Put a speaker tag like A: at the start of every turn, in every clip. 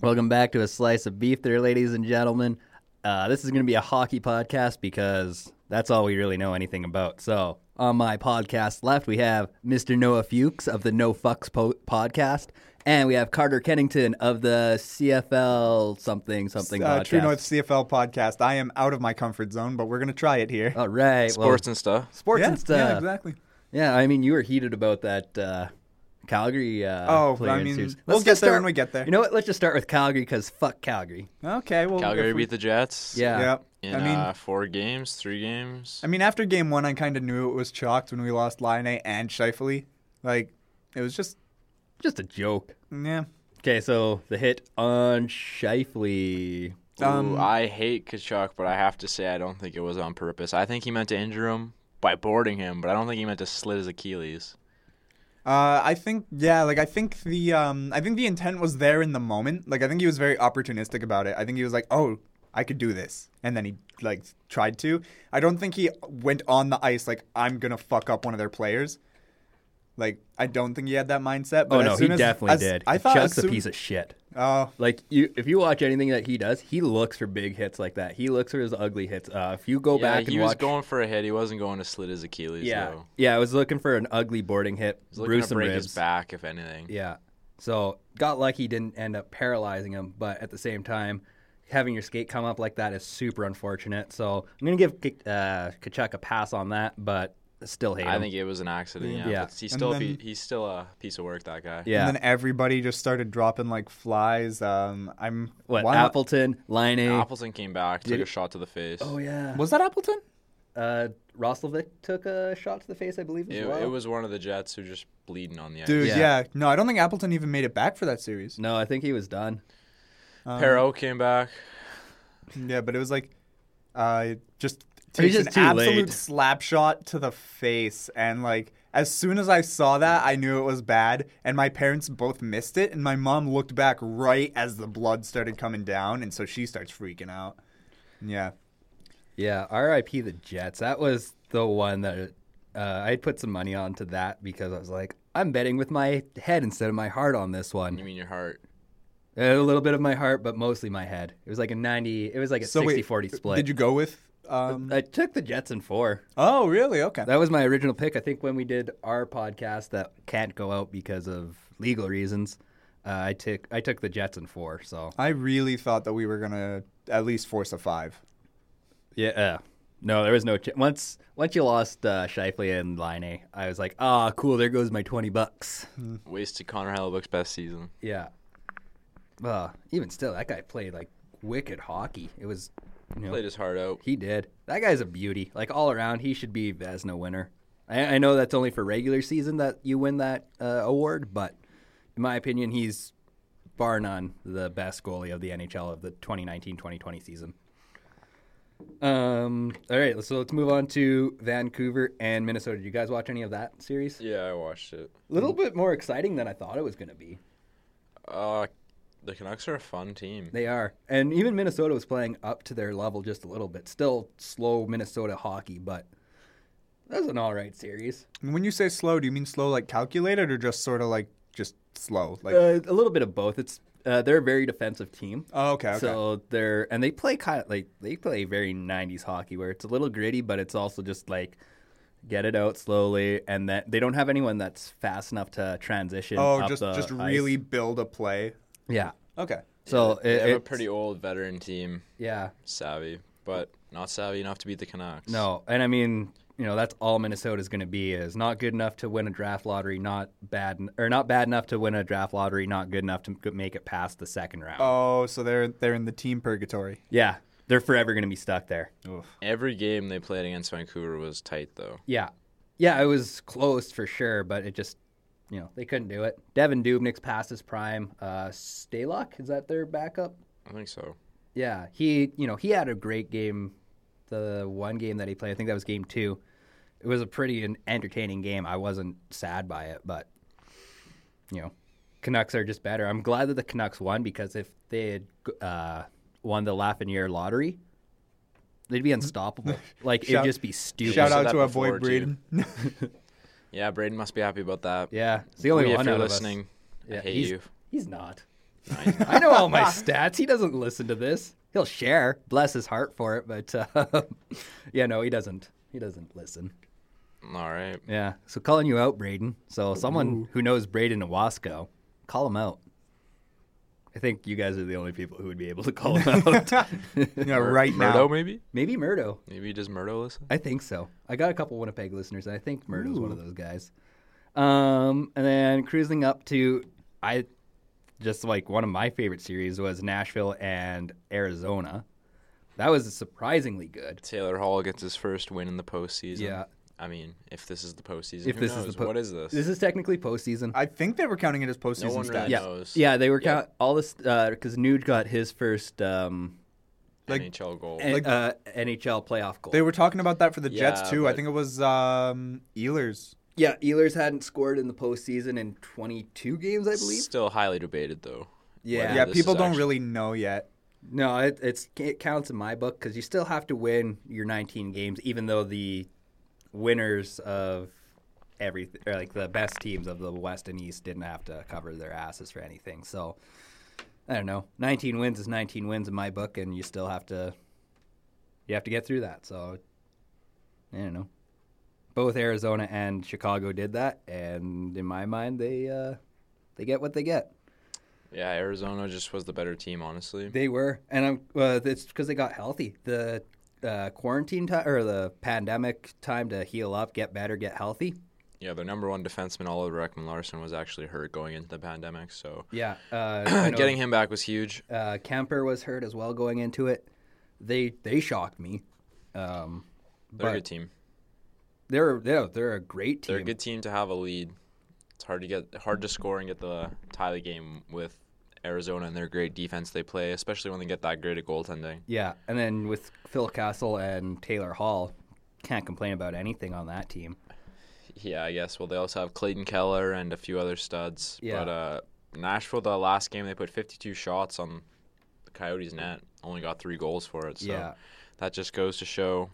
A: Welcome back to a slice of beef, there, ladies and gentlemen. Uh, this is going to be a hockey podcast because that's all we really know anything about. So, on my podcast left, we have Mr. Noah Fuchs of the No Fucks po- podcast, and we have Carter Kennington of the CFL something something
B: uh,
A: podcast.
B: True North CFL podcast. I am out of my comfort zone, but we're gonna try it here.
A: All right, well,
C: sports and stuff.
A: Uh, sports
B: yeah,
A: and stuff.
B: yeah, exactly.
A: Yeah, I mean, you were heated about that uh, Calgary. Uh,
B: Oh,
A: player
B: I
A: in
B: mean,
A: series.
B: we'll
A: Let's
B: get
A: just
B: there
A: start-
B: when we get there.
A: You know what? Let's just start with Calgary because fuck Calgary.
B: Okay, well,
C: Calgary
B: if we-
C: beat the Jets.
A: Yeah.
B: Yep.
C: In
B: I mean,
C: uh, four games, three games.
B: I mean, after game one, I kind of knew it was chalked when we lost Line and Shifley. Like, it was just
A: Just a joke.
B: yeah.
A: Okay, so the hit on Shifley.
C: Ooh,
B: um,
C: I hate Kachuk, but I have to say I don't think it was on purpose. I think he meant to injure him by boarding him, but I don't think he meant to slit his Achilles.
B: Uh, I think yeah, like I think the um, I think the intent was there in the moment. Like I think he was very opportunistic about it. I think he was like, oh, I could do this, and then he like tried to. I don't think he went on the ice like I'm gonna fuck up one of their players. Like I don't think he had that mindset. But
A: Oh
B: as
A: no, he
B: soon as-
A: definitely
B: as-
A: did.
B: I thought
A: Chuck's
B: as soon,
A: a piece of shit.
B: Oh,
A: Like you, if you watch anything that he does, he looks for big hits like that. He looks for his ugly hits. Uh, if you go
C: yeah,
A: back
C: he
A: and
C: was
A: watch,
C: going for a hit. He wasn't going to slit his Achilles.
A: yeah,
C: though.
A: yeah, I was looking for an ugly boarding hit,
C: He was looking
A: bruise
C: to
A: some
C: break
A: ribs.
C: his back, if anything.
A: Yeah, so got lucky, didn't end up paralyzing him, but at the same time, having your skate come up like that is super unfortunate. So I'm gonna give K- uh, Kachuk a pass on that, but still hate
C: I
A: him.
C: think it was an accident. Yeah,
A: Yeah.
C: but he's still a
B: then-
C: pe- he's still a piece of work. That guy.
A: yeah.
B: and then everybody just started dropping like flies. Um, I'm
A: what
B: why am I-
A: Appleton, Line
C: Appleton came back, took
A: Did-
C: a shot to the face.
A: Oh yeah.
B: Was that Appleton?
A: Uh, Roslovic took a shot to the face, I believe. As
C: It,
A: well.
C: it was one of the Jets who just bleeding on the ice.
B: Dude,
A: Yeah.
B: yeah. No, I don't think Appleton even made it back for that series.
A: No, I think he was done. um,
C: Perot came back.
B: Yeah, but it was like, uh, just
A: It was
B: takes
A: just
B: an
A: too
B: absolute
A: late.
B: slap shot to the face, and like as soon as I saw that, I knew it was bad, and my parents both missed it, and my mom looked back right as the blood started coming down, and so she starts freaking out. Yeah,
A: Yeah, R.I.P. the Jets. That was the one that uh, I put some money on to that because I was like, I'm betting with my head instead of my heart on this
C: You
A: one. Uh,
C: mean your heart?
A: A little bit of my heart, but mostly my head. It was like a 90. It was like a
B: so
A: 60
B: wait,
C: uh,
A: 40 split.
B: Did you go with? Um,
A: I took the Jets in four.
B: oh, really? Okay.
A: That was my original pick. I think when we did our podcast that can't go out because of legal reasons, uh, I took I took the Jets in four. So
B: I really thought that we were gonna at least force a five.
A: Yeah. Uh, no, there was no ch- once. Once you lost uh, Shifley and Line A, I was like, ah, cool. There goes my twenty bucks.
C: Wasted Connor Hellebuck's best season.
A: Yeah. Uh, even still, that guy played like wicked hockey. It was, you know,
C: Played his heart out.
A: he did. That guy's a beauty. Like all around, he should be Vesna winner. I, I know that's only for regular season that you win that uh, award, but in my opinion, he's bar none the best goalie of the NHL of the 2019-2020 season. Um. All right. So let's move on to Vancouver and Minnesota. Did you guys watch any of that series? A
C: Yeah, I watched it.
A: little bit more exciting than I thought it was going to be.
C: Uh, the Canucks are a fun team.
A: They are. And even Minnesota was playing up to their level just a little bit. Still slow Minnesota hockey, but that was an all right series.
B: And When you say slow, do you mean slow like calculated or just sort of like just slow? Like
A: Uh, a little bit of both. It's uh, they're a very defensive team.
B: oh, okay, okay.
A: So they're and they play kind of like they play very 90s hockey where it's a little gritty, but it's also just like get it out slowly and that they don't have anyone that's fast enough to transition
B: oh,
A: up
B: just
A: the
B: just
A: ice.
B: really build a play.
A: yeah.
B: Okay.
A: So
C: They
A: it,
C: have a
A: it's-
C: pretty old veteran team,
A: yeah.
C: savvy, but not savvy enough to beat the Canucks.
A: No, and I mean, you know, that's all Minnesota's going to be is not good enough to win a draft lottery, not bad or not bad enough to win a draft lottery, not good enough to make it past the second round.
B: Oh, so they're they're in the team purgatory.
A: Yeah, they're forever going to be stuck there.
C: Every game they played against Vancouver was tight, though.
A: Yeah, yeah, it was close for sure, but it just, you know, they couldn't do it. Devin Dubnik's past his prime. Uh, Stalock is that their backup?
C: I think so.
A: Yeah, he you know he had a great game, the one game that he played. I think that was game two. It was a pretty en- entertaining game. I wasn't sad by it, but you know, Canucks are just better. I'm glad that the Canucks won because if they had uh, won the Lafreniere lottery, they'd be unstoppable. like it'd
B: Shout-
A: just be stupid.
B: Shout
C: said
B: out
C: that
B: to our boy
C: before, too.
B: Braden.
C: Yeah, Braden must be happy about that.
A: Yeah, it's the only
C: Leah,
A: one
C: if you're
A: out of us.
C: listening, I
A: Yeah,
C: hate
A: he's-
C: you.
A: He's not. I know all my stats. He doesn't listen to this. He'll share. Bless his heart for it, but uh, yeah, no, he doesn't. He doesn't listen.
C: All right.
A: Yeah. So calling you out, Braden. So someone who knows Braden and Wasco, call him out. I think you guys are the only people who would be able to call him out.
B: Yeah, right
C: Murdo,
B: now.
C: maybe?
A: Maybe Murdo.
C: Maybe does Murdo listen?
A: I think so. I got a couple Winnipeg listeners. And I think Murdo's one of those guys. Um, and then cruising up to I just like one of my favorite series was Nashville and Arizona. That was surprisingly good.
C: Taylor Hall gets his first win in the postseason.
A: Yeah.
C: I mean, if this is the postseason,
A: If
C: who
A: this is
C: knows?
A: the po-
C: what is this?
A: This is technically postseason.
B: I think they were counting it as postseason
C: one
B: stats.
C: really
A: yeah,
C: knows?
A: yeah, they were
C: Yeah.
A: count all this because Nuge got his first um,
B: like-
C: NHL goal.
A: N-
B: Like-
A: uh, NHL playoff goal.
B: They were talking about that for the Jets
C: Yeah,
B: too. I
C: but-
B: think it was um, Ehlers.
A: yeah, Ehlers hadn't scored in the postseason in 22 games, I believe.
C: Still highly debated though.
A: Yeah.
C: whether
B: Yeah,
C: this
B: people
C: is
B: don't
C: actually-
B: really know yet.
A: No, it, it's it counts in my book because you still have to win your 19 games, even though the winners of everything, or like the best teams of the West and East, didn't have to cover their asses for anything. So I don't know. 19 wins is 19 wins in my book, and you still have to you have to get through that. So I don't know. Both Arizona and Chicago did that, and in my mind, they uh, they get what they get.
C: Yeah, Arizona just was the better team, honestly.
A: They were, and I'm. Uh, it's because they got healthy. The uh, quarantine time or the pandemic time to heal up, get better, get healthy.
C: yeah, their number one defenseman, Oliver Ekman Larson, was actually hurt going into the pandemic. So
A: Yeah, uh, I know,
C: getting him back was huge.
A: uh, Kemper was hurt as well going into it. They they shocked me. Um,
C: They're a
A: but
C: good team.
A: they're they're they're a great
C: They're
A: team.
C: a good team to have a lead. It's hard to get hard to score and get the tie the game with Arizona and their great defense they play, especially when they get that great at goaltending.
A: Yeah, and then with Phil Castle and Taylor Hall, can't complain about anything on that team.
C: Yeah, I guess. Well, they also have Clayton Keller and a few other studs.
A: Yeah.
C: But uh, Nashville, the last game, they put 52 shots on the Coyotes' net. Only got three goals for it. So
A: Yeah.
C: that just goes to show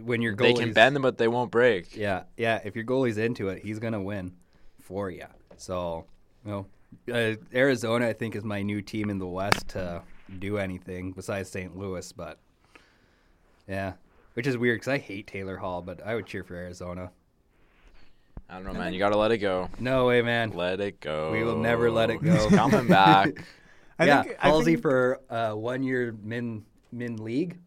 A: When your goalies
C: they can bend them, but they won't break.
A: Yeah, yeah. If your goalie's into it, he's gonna win for you. So, you know, uh, Arizona, I think, is my new team in the West to do anything besides St. Louis. But yeah, which is weird because I hate Taylor Hall, but I would cheer for Arizona.
C: I don't know, man. You got to let it go.
A: No way, man.
C: Let it go.
A: We will never let it go.
C: It's coming back.
B: I
A: yeah,
B: think, I
A: Halsey
B: think-
A: for uh, one year min min league.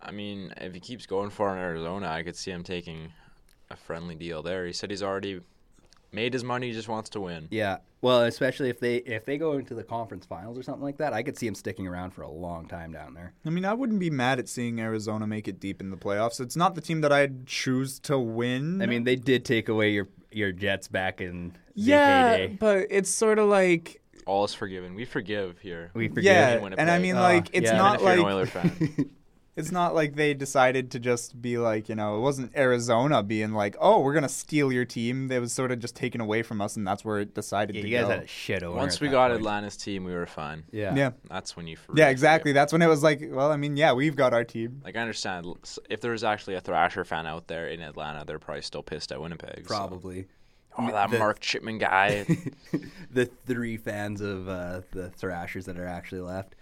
C: I mean, if he keeps going for in Arizona, I could see him taking a friendly deal there. He said he's already made his money, he just wants to win.
A: Yeah. Well, especially if they if they go into the conference finals or something like that, I could see him sticking around for a long time down there.
B: I mean, I wouldn't be mad at seeing Arizona make it deep in the playoffs. It's not the team that I'd choose to win.
A: I mean, they did take away your your Jets back in
B: yeah,
A: ZK day.
B: but it's sort of like
C: All is forgiven. We forgive here.
A: We forgive.
B: yeah,
C: Winnipeg.
B: and I mean,
A: Oh,
B: like it's
A: yeah.
C: Even
B: not
C: if you're
B: like
C: an Oiler fan.
B: It's not like they decided to just be like, you know, it wasn't Arizona being like, oh, we're gonna steal your team. That was sort of just taken away from us, and that's where it decided
A: Yeah,
B: to
A: you guys
B: go.
A: had a shit over.
C: Once
A: at
C: we
A: that
C: got
A: point.
C: Atlanta's team, we were fine.
A: yeah,
B: yeah,
C: That's when you. f-
B: yeah,
C: really
B: exactly.
C: forget.
B: That's when it was like, well, I mean, yeah, we've got our team.
C: Like I understand, l- s- if there was actually a Thrasher fan out there in Atlanta, they're probably still pissed at Winnipeg. so-
A: probably
C: Oh, that
A: The-
C: Mark Chipman guy.
A: the three fans of uh, the Thrashers that are actually left.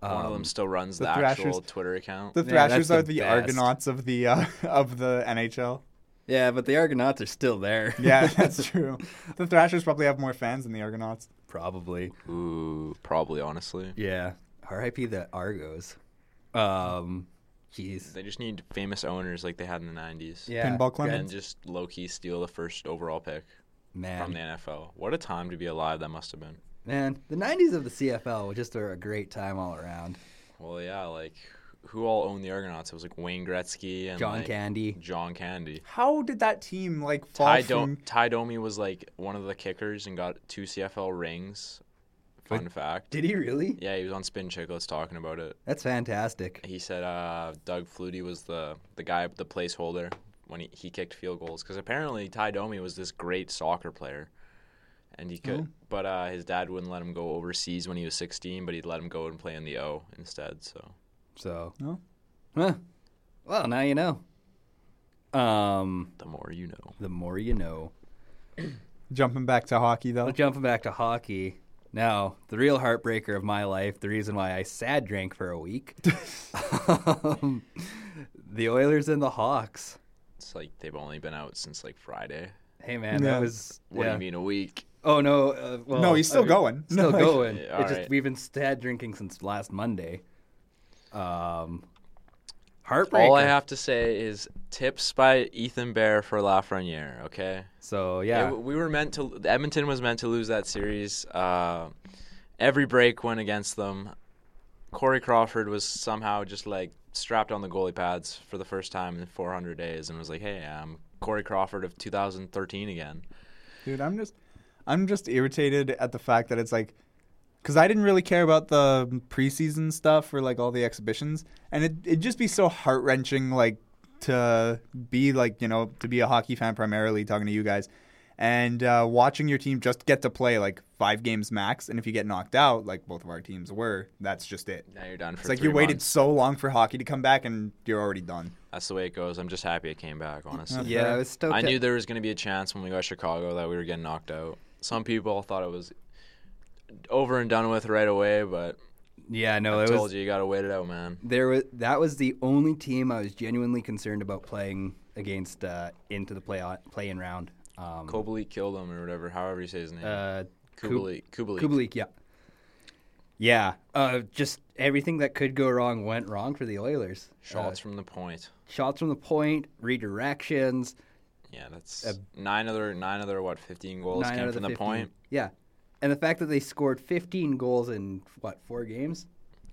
A: Um,
C: one of them still runs the,
B: the
C: actual
B: Thrashers-
C: Twitter account.
B: The
A: Yeah, that's
B: Thrashers
A: the
B: are the
A: best.
B: Argonauts of the uh, of the NHL.
A: Yeah, but the Argonauts are still there.
B: Yeah, that's true. The Thrashers probably have more fans than the Argonauts.
A: probably.
C: Ooh, probably honestly.
A: Yeah, R.I.P. the Argos. Um, jeez.
C: They just need famous owners like they had in the '90s.
A: Yeah,
B: Pinball Clemens.
C: And just low key steal the first overall pick from the
A: man,
C: NFL. What a time to be alive that must have been.
A: man. The '90s of the CFL were just were a great time all around.
C: Well, yeah, like who all owned the Argonauts? It was like Wayne Gretzky and
A: John
C: like,
A: Candy.
C: John Candy.
B: How did that team like fall
C: Ty,
B: from?
C: Do- Ty Domi was like one of the kickers and got two CFL rings. Fun fact.
A: Did he really?
C: Yeah, he was on Spin Chicklets talking about it.
A: That's fantastic.
C: He said uh, Doug Flutie was the the guy, the placeholder when he, he kicked field goals because apparently Ty Domi was this great soccer player, and he could, but uh, his dad wouldn't let him go overseas when he was 16, but he'd let him go and play in the O instead. So
A: So
B: No.
A: Huh. Well, now you know. Um,
C: the more you know.
A: the more you know.
B: Jumping back to hockey though.
A: Well, jumping back to hockey, Now, the real heartbreaker of my life, the reason why I sad drank for a week, um, the Oilers and the Hawks.
C: It's like they've only been out since like Friday.
A: Hey man,
B: Yeah.
A: that was
C: What do
A: yeah.
C: you mean a week?
A: Oh no, uh, well,
B: no, he's still
A: okay.
B: going.
A: Still
B: No, like-
A: going.
C: Yeah,
A: It
C: all
A: just,
C: right.
A: We've been sad drinking since last Monday. Um, heartbreaker.
C: All I have to say is tips by Ethan Bear for Lafreniere. Okay.
A: So yeah,
C: It- we were meant to. Edmonton was meant to lose that series. Uh, every break went against them. Corey Crawford was somehow just like strapped on the goalie pads for the first time in 400 days and was like, "Hey, I'm Corey Crawford of 2013 again."
B: Dude, I'm just I'm just irritated at the fact that it's like cuz I didn't really care about the preseason stuff or like all the exhibitions and it it'd just be so heart-wrenching like to be like, you know, to be a hockey fan primarily talking to you guys and uh, watching your team just get to play like 5 games max and if you get knocked out like both of our teams were, that's just it.
C: Now you're done for.
B: It's like
C: three
B: you waited
C: months.
B: so long for hockey to come back and you're already done.
C: That's the way it goes. I'm just happy it came back. Honestly,
A: yeah, it was stoked.
C: I
A: at-
C: knew there was going to be a chance when we got Chicago that we were getting knocked out. Some people thought it was over and done with right away, but
A: Yeah, no,
C: I
A: it
C: told
A: was
C: you you got to wait it out, man.
A: there was that was the only team I was genuinely concerned about playing against uh, into the play play in round. Um,
C: Kobelik killed him or whatever, however you say his name.
A: uh, Kub-
C: Kubelik. Kubelik.
A: Kubelik, yeah, yeah. Uh, just everything that could go wrong went wrong for the Oilers.
C: Shots from the point.
A: Uh, shots from the point, redirections.
C: Yeah, that's nine other nine other what fifteen goals
A: uh, nine
C: came
A: out of
C: from
A: the
C: the
A: 15.
C: point.
A: Yeah, and the fact that they scored 15 goals in what four games?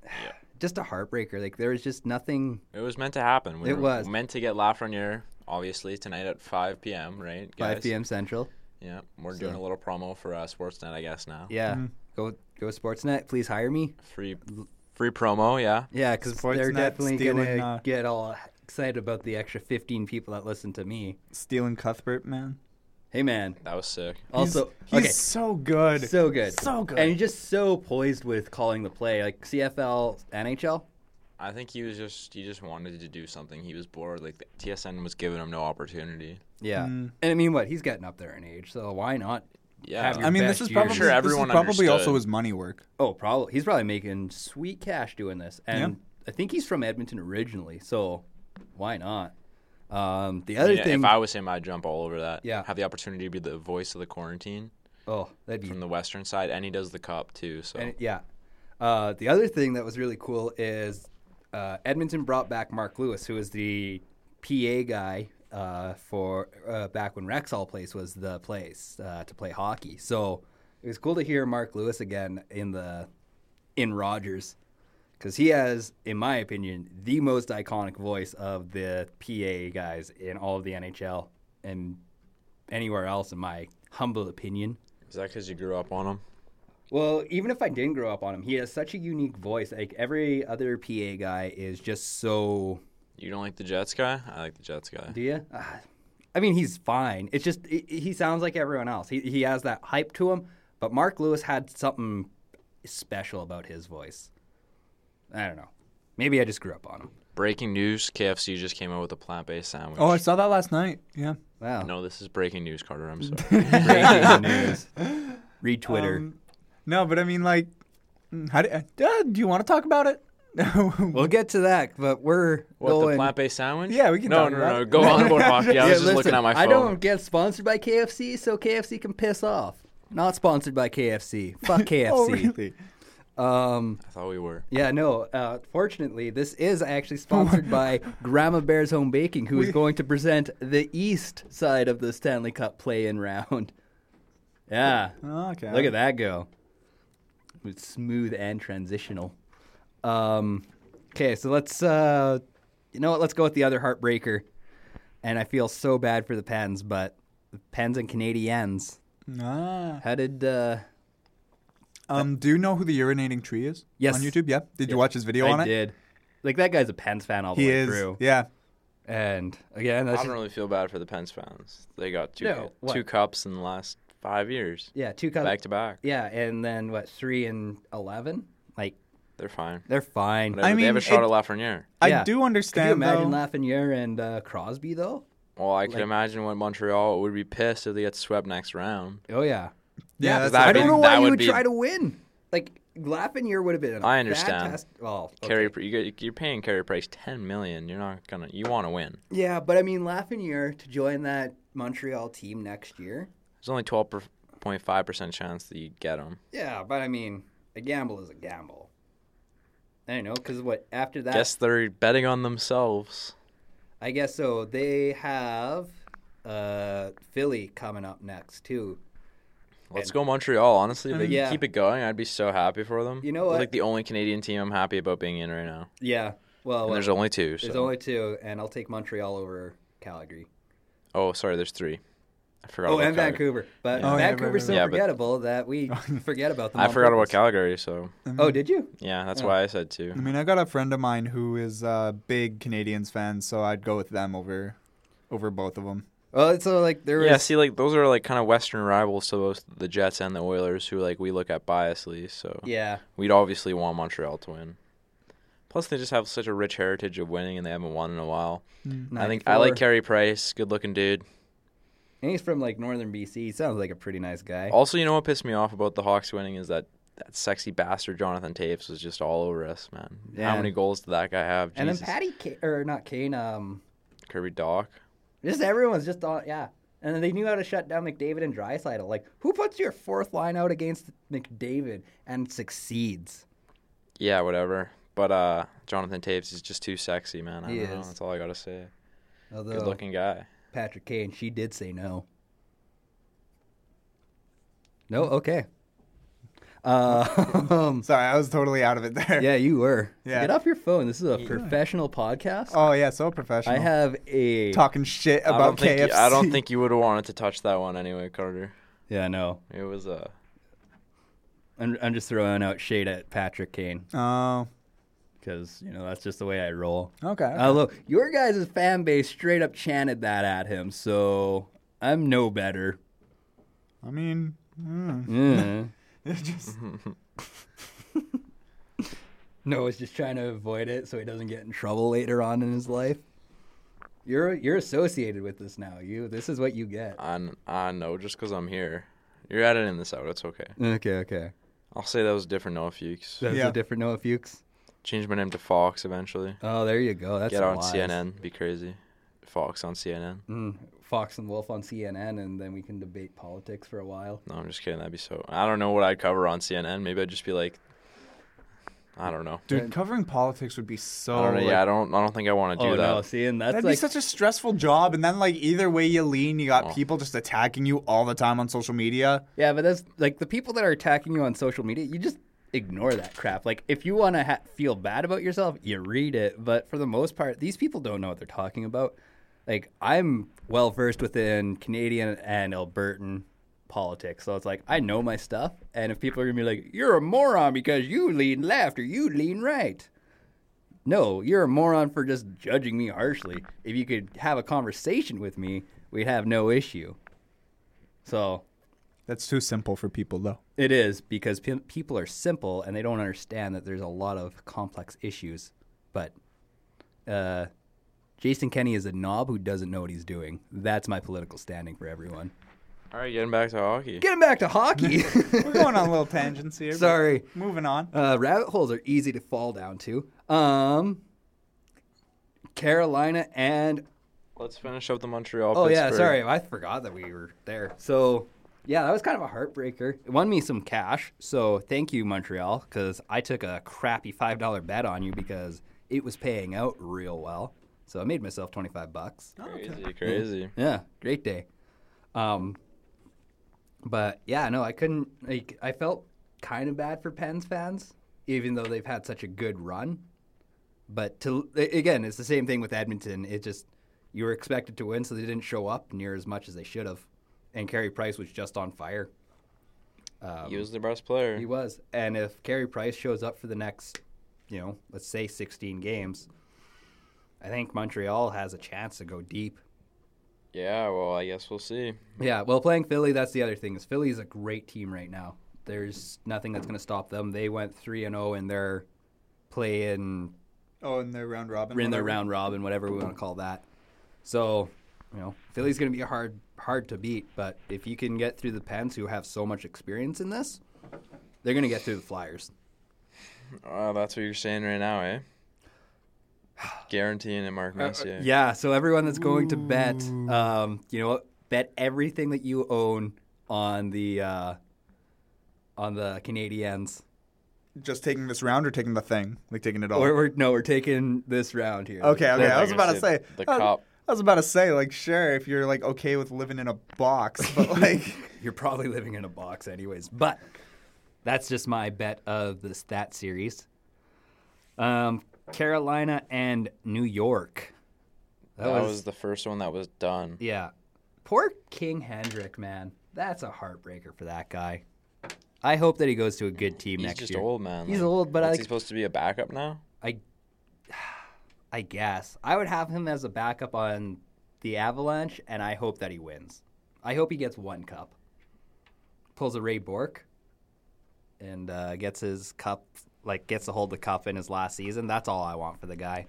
C: Yeah.
A: just a heartbreaker. Like there was just nothing.
C: It was meant to happen. We
A: It
C: were
A: was.
C: meant to get Lafreniere, obviously tonight at five p.m. Right? guys?
A: 5 p.m. Central.
C: Yeah, we're doing a little promo for uh, Sportsnet, I guess now.
A: Yeah, go go Sportsnet. Please hire me.
C: Free free promo. Yeah.
A: Yeah, because they're
B: Sportsnet
A: definitely
B: stealing,
A: gonna
B: uh,
A: get all excited about the extra 15 people that listen to me.
B: Stealing Cuthbert, man.
A: Hey man.
C: That was sick.
A: Also,
B: he's, he's so good.
A: okay, so good,
B: so good.
A: and he's just so poised with calling the play, like CFL, NHL.
C: I think he was just he just wanted to do something. He was bored. Like the TSN was giving him no opportunity.
A: Yeah,
B: Mm.
A: and I mean, what he's getting up there in age, so why not?
C: Yeah.
A: have your
B: I mean,
A: best
B: this is
A: years?
B: probably
C: Sure,
B: this is
C: everyone
B: probably also
C: understood.
B: his money work.
A: Oh, probably. He's probably making sweet cash doing this. And I think he's from Edmonton originally, so why not? Um, the other
C: Yeah,
A: thing,
C: if I was him, I'd jump all over that.
A: Yeah.
C: Have the opportunity to be the voice of the quarantine
A: oh, that'd be
C: from the western side, and he does the cup too. So
A: and- yeah. Uh, the other thing that was really cool is uh, Edmonton brought back Mark Lewis, who was the PA guy uh, for uh, back when Rexall Place was the place uh, to play hockey. So it was cool to hear Mark Lewis again in the in Rogers because he has, in my opinion, the most iconic voice of the PA guys in all of the NHL and anywhere else, in my humble opinion.
C: is that because you grew up on him?
A: Well, even if I didn't grow up on him, he has such a unique voice. Like every other PA guy is just so.
C: You don't like the Jets guy? I like the Jets guy.
A: Do you? Ah, I mean, he's fine. It's just he- he sounds like everyone else. He he has that hype to him, but Mark Lewis had something special about his voice. I don't know. Maybe I just grew up on him.
C: Breaking news: KFC just came out with a plant-based sandwich.
B: Oh, I saw that last night. Yeah.
A: Wow.
C: no, this is breaking news, Carter. I'm sorry.
A: Breaking news. Read Twitter.
B: Um, no, but I mean, like, mm, how do, uh, do you want to talk about it?
A: we'll get to that, but we're
C: what the
A: going.
C: plant-based sandwich?
B: Yeah, we can
C: No,
B: talk
C: no,
B: about
C: no.
B: it.
C: Go on about hockey. I was just looking at my phone.
A: I don't get sponsored by KFC, so KFC can piss off. Not sponsored by KFC. Fuck KFC.
B: Oh, really?
A: Um,
C: I thought we were.
A: yeah, no. Uh, fortunately, this is actually sponsored by Grandma Bear's Home Baking, who is going to present the east side of the Stanley Cup play-in round. Yeah,
B: Oh, okay.
A: look at that go. It's smooth and transitional. Um, okay, so let's uh, you know what? Let's go with the other heartbreaker. And I feel so bad for the Pens, but the Pens and Canadiens.
B: Ah.
A: How did uh,
B: Um, do you know who the urinating tree is?
A: Yes.
B: On YouTube? Yeah. Did you watch his video on
A: I
B: it?
A: did? Like that guy's a Pens fan all the
B: He
A: way
B: is.
A: through.
B: Yeah.
A: And again,
C: I
A: that's
C: don't
A: just-
C: really feel bad for the Pens fans. They got two
A: No,
C: cu-
A: what?
C: two cups in the last five years,
A: yeah, two cups.
C: back to back.
A: Yeah, and then what? Three and eleven. Like
C: They're fine.
A: they're fine.
C: Whatever. they have
B: mean,
C: a shot
B: it-
C: at Lafreniere.
A: Yeah.
B: I do
A: Could you
B: understand.
A: imagine
B: though,
A: Lafreniere and uh, Crosby though?
C: Well, I could imagine what Montreal would be pissed if they get swept next round.
A: Oh yeah,
B: Yeah, that's
C: Does that
B: I
A: I
B: mean,
A: don't know
C: that
A: why you
C: would
A: would
C: be-
A: try to win. Like Lapinier would have been. a
C: I understand.
A: fantastic- Oh, okay.
C: Carey, Pr- you get- you're paying Carey Price ten million. You're not gonna. You want to win.
A: Yeah, but I mean Lapinier to join that Montreal team next year.
C: There's only twelve point five percent chance that you get him.
A: Yeah, but I mean a gamble is a gamble. I don't know because what after that?
C: Guess they're betting on themselves.
A: I guess so. They have uh, Philly coming up next too.
C: Let's go Montreal. Honestly, if they
A: Yeah.
C: keep it going, I'd be so happy for them.
A: You know
C: They're
A: what?
C: Like the only Canadian team I'm happy about being in right now.
A: Yeah. Well,
C: And there's
A: there's,
C: only two. So.
A: only two, and I'll take Montreal over Calgary.
C: Oh, sorry, there's three. I forgot.
A: Oh,
C: about
A: and
C: Calgary.
A: Vancouver, but
B: Oh, yeah, right,
A: Vancouver's
B: right,
A: so
C: right. Yeah, but-
A: forgettable that we forget about them.
C: I
A: on
C: forgot about
A: purpose.
C: Calgary, so
A: Oh, did you?
C: yeah, that's why I said two.
B: I mean, I got a friend of mine who is a big Canadians fan, so I'd go with them over, over both of them.
A: Well, so like there was
C: Yeah, see, like those are like kind of Western rivals to both the Jets and the Oilers, who like we look at biasly. So
A: yeah.
C: we'd obviously want Montreal to win. Plus, they just have such a rich heritage of winning, and they haven't won in a while. I think I
A: 94.
C: like Carey Price, good-looking dude.
A: And he's from like northern BC. He sounds like a pretty nice guy.
C: Also, you know what pissed me off about the Hawks winning is that that sexy bastard Jonathan Taves was just all over us, man. How
A: Yeah.
C: many goals did that guy have?
A: and then
C: Jesus.
A: Patty K- or not Kane, um,
C: Kirby Doc.
A: just everyone's just on yeah. And then they knew how to shut down McDavid and Drysaitel. Like, who puts your fourth line out against McDavid and succeeds?
C: Yeah, whatever. But uh, Jonathan Taves is just too sexy, man. I
A: He
C: don't know.
A: is.
C: That's all I gotta say. Good
A: Although
C: looking guy.
A: Patrick Kane, she did say no. No, okay. Uh, um,
B: Sorry, I was totally out of it there.
A: yeah, you were.
B: Yeah.
A: Get off your phone. This is a professional podcast.
B: Oh yeah, so professional.
A: I have a
B: talking shit
C: I don't
B: about
C: think
B: KFC.
C: you, I don't think you would have wanted to touch that one anyway, Carter.
A: yeah, no.
C: It was uh
A: I'm, I'm just throwing out shade at Patrick Kane
B: Oh,
A: because you know that's just the way I roll.
B: okay.
A: Although your guys' fan base straight up chanted that at him, so I'm no better.
B: I mean, mm,
A: Mm.
B: it's just
C: Mm-hmm.
A: no, he's just trying to avoid it so he doesn't get in trouble later on in his life. You're you're associated with this now. You this is what you get.
C: I kn- I know just because I'm here. You're editing this out. It's okay.
A: Okay, okay.
C: I'll say that was different. No Fuchs.
A: That's
B: Yeah.
A: a different Noah Fuchs.
C: Change my name to Fox eventually.
A: Oh, there you go. That's
C: Get on
A: wise.
C: CNN. Be crazy. Fox on CNN.
A: Mm, Fox and Wolf on CNN, and then we can debate politics for a while.
C: No, I'm just kidding. That'd be so. I don't know what I'd cover on CNN. Maybe I'd just be like, I don't know.
B: dude. Covering politics would be so.
C: I don't know.
B: like-
C: Yeah, I don't. I don't think I want to do
A: oh
C: that.
A: no, see, and that's
B: That'd be
A: like
B: such a stressful job, and then like either way you lean, you
C: Oh.
B: got people just attacking you all the time on social media.
A: Yeah, but that's like the people that are attacking you on social media, you just ignore that crap. Like if you want to ha- feel bad about yourself, you read it, but for the most part, these people don't know what they're talking about. Like I'm well versed within Canadian and Albertan politics. So it's like I know my stuff, and if people are going to be like, "You're a moron because you lean left or you lean right." No, you're a moron for just judging me harshly. If you could have a conversation with me, we'd have no issue. So,
B: That's too simple for people, though.
A: it is because pe- people are simple and they don't understand that there's a lot of complex issues. But uh, Jason Kenny is a knob who doesn't know what he's doing. That's my political standing for everyone.
C: All right, getting back to hockey.
A: Getting back to hockey.
B: We're going on little tangents here. but
A: Sorry.
B: Moving on.
A: Uh, rabbit holes are easy to fall down to. Um, Carolina and
C: Let's finish up the Montreal.
A: Oh yeah,
C: Pittsburgh.
A: sorry, I forgot that we were there. So yeah, that was kind of a heartbreaker. It won me some cash, so thank you Montreal, because I took a crappy five dollar bet on you because it was paying out real well. So I made myself twenty five bucks.
C: Crazy, crazy.
A: Yeah, great day. Um, but yeah, no, I couldn't. Like, I felt kind of bad for Pens fans, even though they've had such a good run. But to a- again, it's the same thing with Edmonton. It just you were expected to win, so they didn't show up near as much as they should have. And Carey Price was just on fire.
C: he was the best player.
A: Um, He was. And if Carey Price shows up for the next, you know, let's say 16 games, I think Montreal has a chance to go deep.
C: Yeah. Well, I guess we'll see.
A: Yeah, well, playing Philly, that's the other thing. Is Philly's a great team right now. There's nothing that's going to stop them. They went three and zero in their play in
B: Oh, in their round robin.
A: in their
B: whatever.
A: round robin, whatever we want to call that. So You know, Philly's going to be hard hard to beat, but if you can get through the Pens, who have so much experience in this, they're going to get through the Flyers.
C: Oh, that's what you're saying right now, eh? Guaranteeing a Mark Messier.
A: Uh, Yeah, so everyone that's going to bet, um, you know, what? bet everything that you own on the uh, on the Canadiens.
B: Just taking this round or taking the thing, like taking
C: Oh.
B: it all.
A: Or we're, no, we're taking this round here.
B: okay, okay.
C: Yeah,
B: I was
C: like I
B: about to say
C: said, the
B: I was-
C: cop.
B: I was about to say like sure if you're like okay with living in a box, but like
A: You're probably living in a box, anyways. But that's just my bet of this that series. Um, Carolina and New York.
C: That was, the first one that was done.
A: yeah. Poor King Hendrick, man. That's a heartbreaker for that guy. I hope that he goes to a good team
C: He's
A: next
C: just
A: year.
C: old, man.
A: He's
C: Like,
A: old, but
C: what's
A: I
C: he
A: like-
C: supposed to be a backup now?
A: I, I guess I would have him as a backup on the Avalanche, and I hope that he wins. I hope he gets one cup, pulls a Ray Bork, and uh, gets his cup, like gets to hold the cup in his last season. That's all I want for the guy.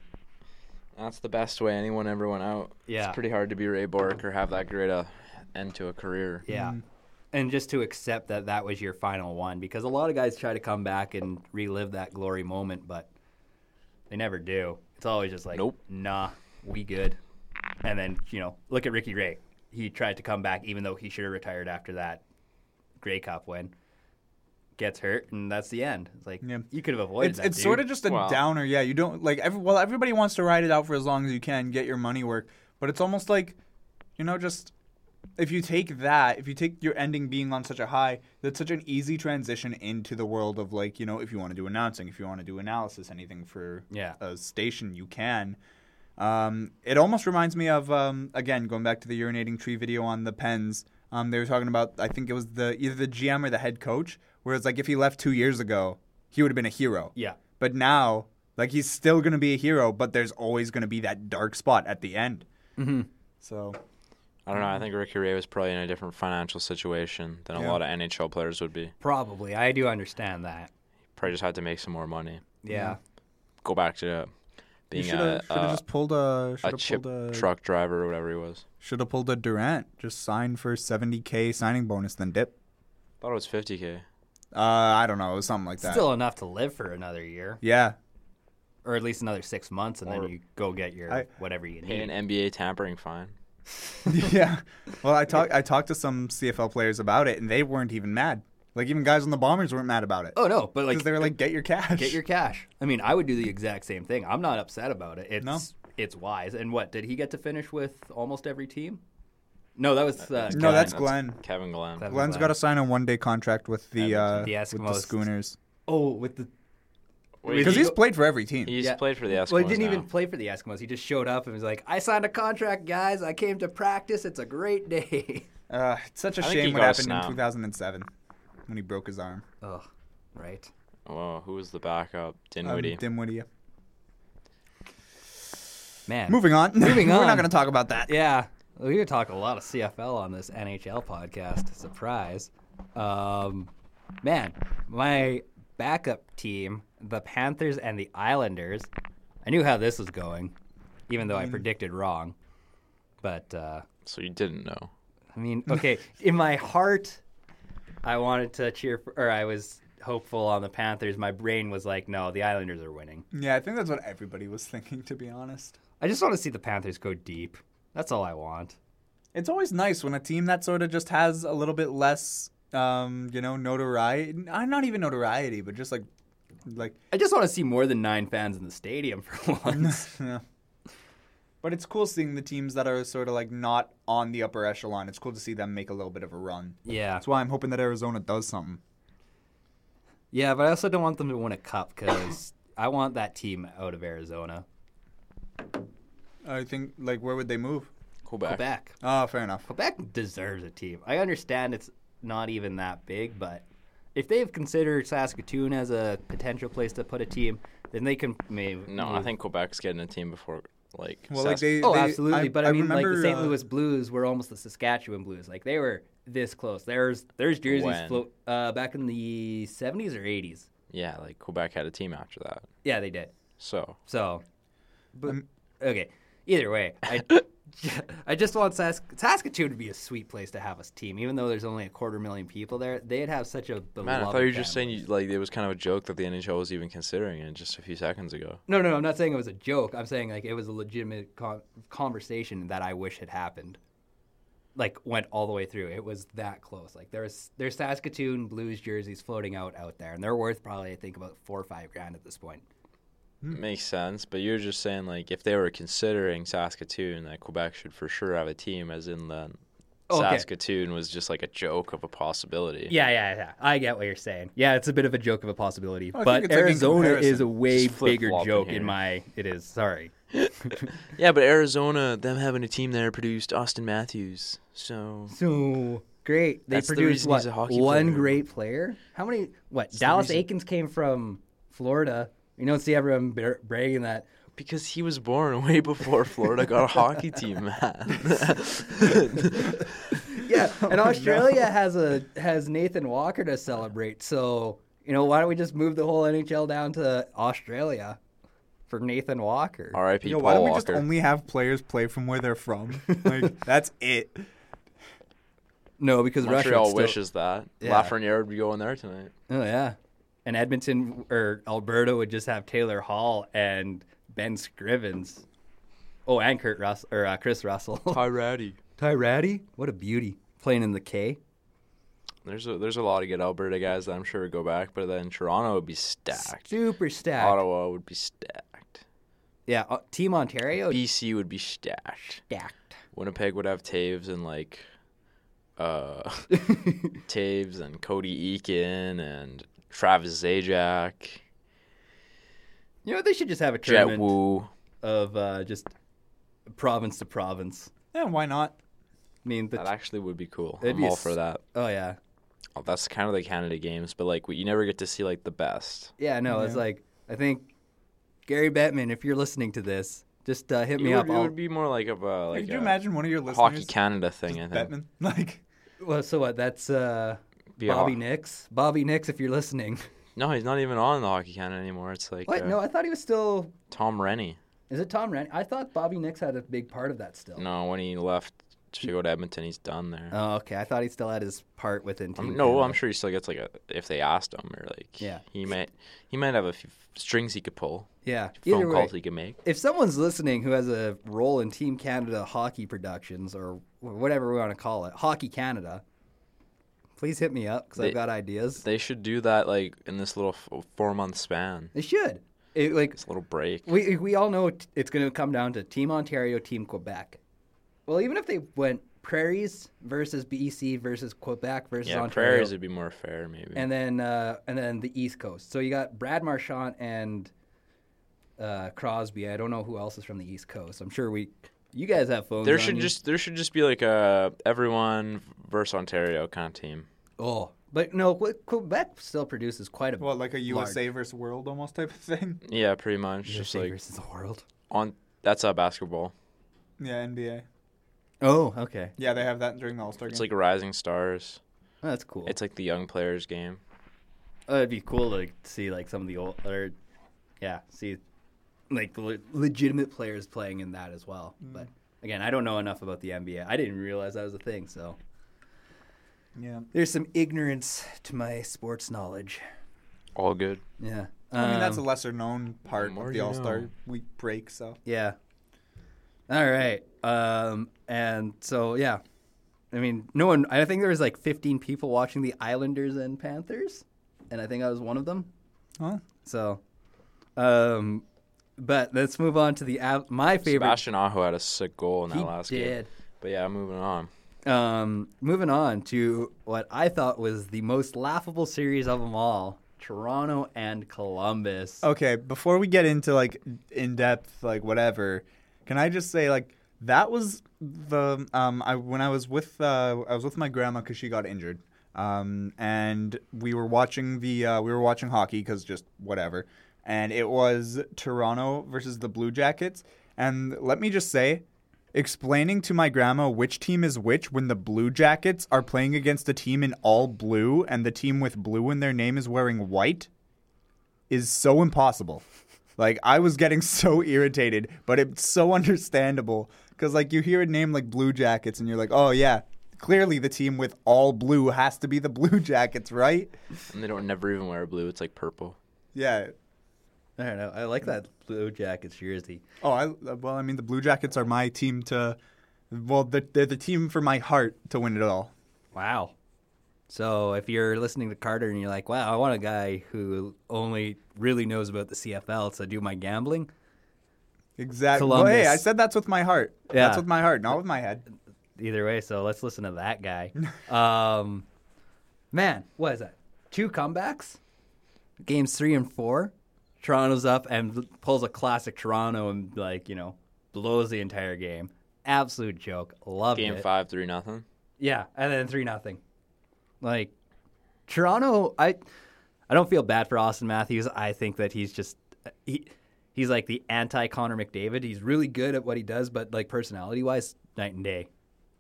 C: That's the best way anyone ever went out.
A: Yeah.
C: It's pretty hard to be Ray Bork or have that great a end to a career.
A: Yeah.
B: Mm-hmm.
A: And just to accept that that was your final one, because a lot of guys try to come back and relive that glory moment, but they never do. It's always just like,
C: Nope.
A: nah, we good. And then, you know, look at Ricky Ray. He tried to come back, even though he should have retired after that Grey Cup win. Gets hurt, and that's the end. It's like,
B: Yeah.
A: you could have avoided
B: it's
A: that.
B: it's sort
A: dude.
B: of just a
C: Wow.
B: downer. Yeah, you don't like every, well everybody wants to ride it out for as long as you can, get your money work, but it's almost like you know just if you take that, if you take your ending being on such a high, that's such an easy transition into the world of like, you know, if you want to do announcing, if you want to do analysis, anything for
A: Yeah.
B: a station, you can. Um, it almost reminds me of um, again going back to the urinating tree video on the Pens. Um, they were talking about I think it was the either the GM or the head coach, where it's like if he left two years ago, he would have been a hero.
A: Yeah.
B: But now, like he's still going to be a hero, but there's always going to be that dark spot at the end.
A: Mm-hmm.
B: So
C: I don't know. I think Ricky Ray was probably in a different financial situation than
B: Yeah.
C: a lot of NHL players would be.
A: Probably. I do understand that.
C: Probably just had to make some more money.
A: Yeah.
C: Go back to
B: you
C: being
B: should
C: a,
B: have
C: a,
B: just pulled a should
C: a
B: have
C: chip
B: pulled a
C: truck driver or whatever he was.
B: should have pulled a Durant, just signed for 70k signing bonus, then dip.
C: thought it was 50K.
B: Uh, I don't know, it was something like that.
A: Still enough to live for another year,
B: yeah,
A: or at least another six months, and
C: Or-
A: then you go get your
B: I-
A: whatever you
C: Paid
A: need.
C: an NBA tampering fine.
B: yeah. Well, I talked I talked to some CFL players about it, and they weren't even mad. Like even guys on the Bombers weren't mad about it
A: Oh no, but like
B: because they were like, "Get your cash."
A: get your cash. I mean, I would do the exact same thing. I'm not upset about it. It's
B: No.
A: it's wise. And what did he get to finish with almost every team? No, that was uh,
B: No,
A: Glenn.
B: that's Glenn.
C: Kevin Glenn.
A: That-
B: Glenn's got to sign a one day contract with the uh,
A: The
B: with the
A: Eskimos.
B: Schooners
A: oh with the
C: Wait,
B: because
C: he-
B: he's played for every team.
C: he's
A: yeah.
C: played for the Eskimos
A: well, he didn't
C: now.
A: even play for the Eskimos. He just showed up and was like, "I signed a contract, guys. I came to practice. It's a great day."
B: Uh, it's such a
C: I think
B: shame
C: he
B: what
C: got
B: happened
C: snubbed.
B: in 2007 when he broke his arm.
A: Ugh, right.
C: Whoa, who was the backup?
B: Um,
C: Dinwiddie.
B: Dimwitty. yeah.
A: Man,
B: Moving on.
A: Moving
B: We're
A: on.
B: not going to talk about that.
A: Yeah, we could talk a lot of CFL on this NHL podcast. Surprise, um, man! My backup team, the Panthers and the Islanders. I knew how this was going, even though I predicted wrong. But uh,
C: so you didn't know.
A: I mean, okay, in my heart, I wanted to cheer for, or I was hopeful on the Panthers. My brain was like, no, the Islanders are winning.
B: Yeah, I think that's what everybody was thinking. To be honest,
A: I just want to see the Panthers go deep. That's all I want.
B: it's always nice when a team that sort of just has a little bit less, um, you know, notoriety. I'm not even notoriety, but just like, like
A: I just want to see more than nine fans in the stadium for once.
B: yeah. But it's cool seeing the teams that are sort of like not on the upper echelon. It's cool to see them make a little bit of a run.
A: Yeah,
B: That's why I'm hoping that Arizona does something.
A: yeah, but I also don't want them to win a cup because I want that team out of Arizona.
B: I think like where would they move?
C: Quebec.
A: Quebec,
B: Oh, fair enough.
A: Quebec deserves a team. I understand it's not even that big, but if they've considered Saskatoon as a potential place to put a team, then they can maybe.
C: No, I think Quebec's getting a team before like.
B: Well, like
C: Sask-
B: they.
A: Oh,
B: they-
A: absolutely, but I, mean, like
B: remember,
A: the St.
B: uh,
A: Louis Blues were almost the Saskatchewan Blues. Like they were this close. There's there's jerseys
C: When?
A: float uh, back in the '70s or '80s.
C: yeah, like Quebec had a team after that.
A: Yeah, they did.
C: So
A: So, but
B: I'm-
A: okay. Either way, I I just want Sask- Saskatoon to be a sweet place to have a team, even though there's only a quarter million people there. They'd have such a beloved
C: Man, I thought you were just
A: family.
C: saying you, like it was kind of a joke that the NHL was even considering it just a few seconds ago.
A: No, no, no, I'm not saying it was a joke. I'm saying like it was a legitimate con- conversation that I wish had happened. Like went all the way through. It was that close. Like there's there's Saskatoon Blues jerseys floating out out there, and they're worth probably I think about four or five grand at this point.
C: Makes sense, but you're just saying like if they were considering Saskatoon, that Quebec should for sure have a team, as in the
A: Okay.
C: Saskatoon was just like a joke of a possibility.
A: Yeah, yeah, yeah. I get what you're saying. Yeah, it's a bit of a joke of a possibility,
B: I think
A: but
B: it's, like, in
A: Arizona is
B: comparison.
A: a way
C: Just flip-flopping
A: bigger joke
C: here.
A: in my. It is. Sorry.
C: yeah, but Arizona, them having a team there produced Austin Matthews, so
A: So great. They
C: That's the
A: produced
C: reason
A: what,
C: he's a hockey
A: one
C: player.
A: great player. How many? What? Dallas
C: reason-
A: Aikens came from Florida. You don't see everyone bra- bragging that.
C: because he was born way before Florida got a hockey team, man.
A: Yeah,
C: Oh,
A: and Australia has a has Nathan Walker to celebrate. So you know why don't we just move the whole NHL down to Australia for Nathan Walker?
C: R.I.P.
B: Yo,
C: Paul
B: why don't we just
C: Walker.
B: only have players play from where they're from? Like that's it.
A: No, because Russia
C: Montreal
A: still-
C: wishes that
A: Yeah.
C: Lafreniere would be going there tonight.
A: Oh yeah, and Edmonton or Alberta would just have Taylor Hall and Ben Scrivens. Oh, and Kurt Russell or uh, Chris Russell.
C: Hi, Ratty.
A: Ty Ratty, what a beauty playing in the K.
C: There's a there's a lot of good Alberta guys that I'm sure would go back, but then Toronto would be stacked.
A: Super stacked.
C: Ottawa would be stacked.
A: Yeah, uh, Team Ontario
C: BC would be stacked.
A: stacked.
C: Winnipeg would have Taves and like uh Taves and Cody Eakin and Travis Zajac,
A: You know they should just have a
C: Jet
A: tournament
C: Wu.
A: of uh, just province to province.
B: Yeah, why not?
A: I mean, the
C: That actually would be cool.
A: That'd
C: I'm
A: be a
C: all for
A: s-
C: that.
A: oh yeah,
C: Oh, that's kind of the Canada games, but like you never get to see like the best.
A: yeah. No, it's like I think Gary Bettman, if you're listening to this, just uh, hit
C: It
A: me
C: would,
A: up.
C: it
A: I'll-
C: would be more like of a like
B: Could
A: uh,
B: you
C: a
B: imagine one of your listeners?
C: Hockey Canada thing. I think.
B: Batman. Like,
A: Well, so what? That's uh,
C: Be a
A: Bobby
C: ho-
A: Nix. Bobby Nix, if you're listening.
C: No, he's not even on the Hockey Canada anymore. It's like
A: What?
C: uh,
A: No, I thought he was still.
C: Tom Rennie.
A: Is it Tom Ren? I thought Bobby Nix had a big part of that still.
C: No, when he left to go to Edmonton, he's done there.
A: Oh, okay. I thought he still had his part within.
C: I'm-
A: Team
C: Um, no,
A: Canada.
C: I'm sure he still gets like a if they asked him or like
A: Yeah.
C: he might he might have a few strings he could pull,
A: Yeah. Either
C: phone
A: way,
C: calls he could make.
A: if someone's listening who has a role in Team Canada hockey productions or whatever we want to call it, Hockey Canada, please hit me up because
C: They-
A: I've got ideas.
C: They should do that like in this little f- four month span,
A: They should. It, like
C: this little break.
A: We we all know t- it's going to come down to Team Ontario, Team Quebec. Well, even if they went Prairies versus BC versus Quebec versus
C: Yeah,
A: Ontario,
C: prairies would be more fair maybe.
A: and then uh, and then the East Coast. So you got Brad Marchand and uh, Crosby. I don't know who else is from the East Coast. I'm sure we you guys have phones.
C: there
A: on
C: should
A: you.
C: just there should just be like a everyone versus Ontario kind of team.
A: oh, but no, Que- Quebec still produces quite a
B: what, like a
A: Large.
B: USA versus world almost type of thing?
C: Yeah, pretty much.
A: USA
C: Just like
A: versus the world.
C: on that's a basketball.
B: Yeah, NBA.
A: Oh, okay,
B: Yeah, they have that during the All Star game.
C: It's like Rising Stars.
A: Oh, that's cool.
C: It's like the young players game.
A: Oh, it'd be cool to like, see like some of the old or yeah, see like the le- legitimate players playing in that as well.
B: Mm.
A: But again, I don't know enough about the NBA. I didn't realize that was a thing. So
B: yeah.
A: there's some ignorance to my sports knowledge.
C: All good.
A: Yeah,
B: I mean, that's a
A: Um,
B: lesser known part
C: more
B: of the
C: you
B: All Star
C: know.
B: week break, so.
A: yeah. All right, um, and so yeah, I mean, no one. I think there was like 15 people watching the Islanders and Panthers, and I think I was one of them.
B: Huh?
A: So, um, but let's move on to the av- my favorite.
C: Sebastian Aho had a sick goal in that
A: He
C: last game.
A: did.
C: But yeah, moving on.
A: Um, moving on to what I thought was the most laughable series of them all: Toronto and Columbus.
B: Okay, before we get into like in depth, like whatever, can I just say like that was the um I when I was with uh I was with my grandma because she got injured, um and we were watching the uh, we were watching hockey because just whatever, and it was Toronto versus the Blue Jackets, and let me just say. Explaining to my grandma which team is which when the Blue Jackets are playing against a team in all blue and the team with blue in their name is wearing white is so impossible. Like I was getting so irritated, but it's so understandable Because like you hear a name like Blue Jackets, and you're like, oh yeah, clearly the team with all blue has to be the Blue Jackets, right?
C: And they don't never even wear blue. It's like purple.
B: Yeah.
A: I don't know. I like that Blue Jackets jersey.
B: Oh, I well, I mean the Blue Jackets are my team to. Well, they're, they're the team for my heart to win it all.
A: Wow. So if you're listening to Carter and you're like, wow, I want a guy who only really knows about the CFL to do my gambling,
B: Exactly. Well, hey,
A: Columbus.
B: I said that's with my heart.
A: Yeah.
B: That's with my heart, not with my head.
A: either way. So let's listen to that guy. um, man, what is that? Two comebacks, games three and four. Toronto's up and l- pulls a classic Toronto and like you know blows the entire game. Absolute joke. Love
C: Game
A: it.
C: five, three nothing.
A: Yeah, and then three nothing. Like Toronto, I I don't feel bad for Austin Matthews. I think that he's just he he's like the anti Connor McDavid. He's really good at what he does, but like personality wise, night and day.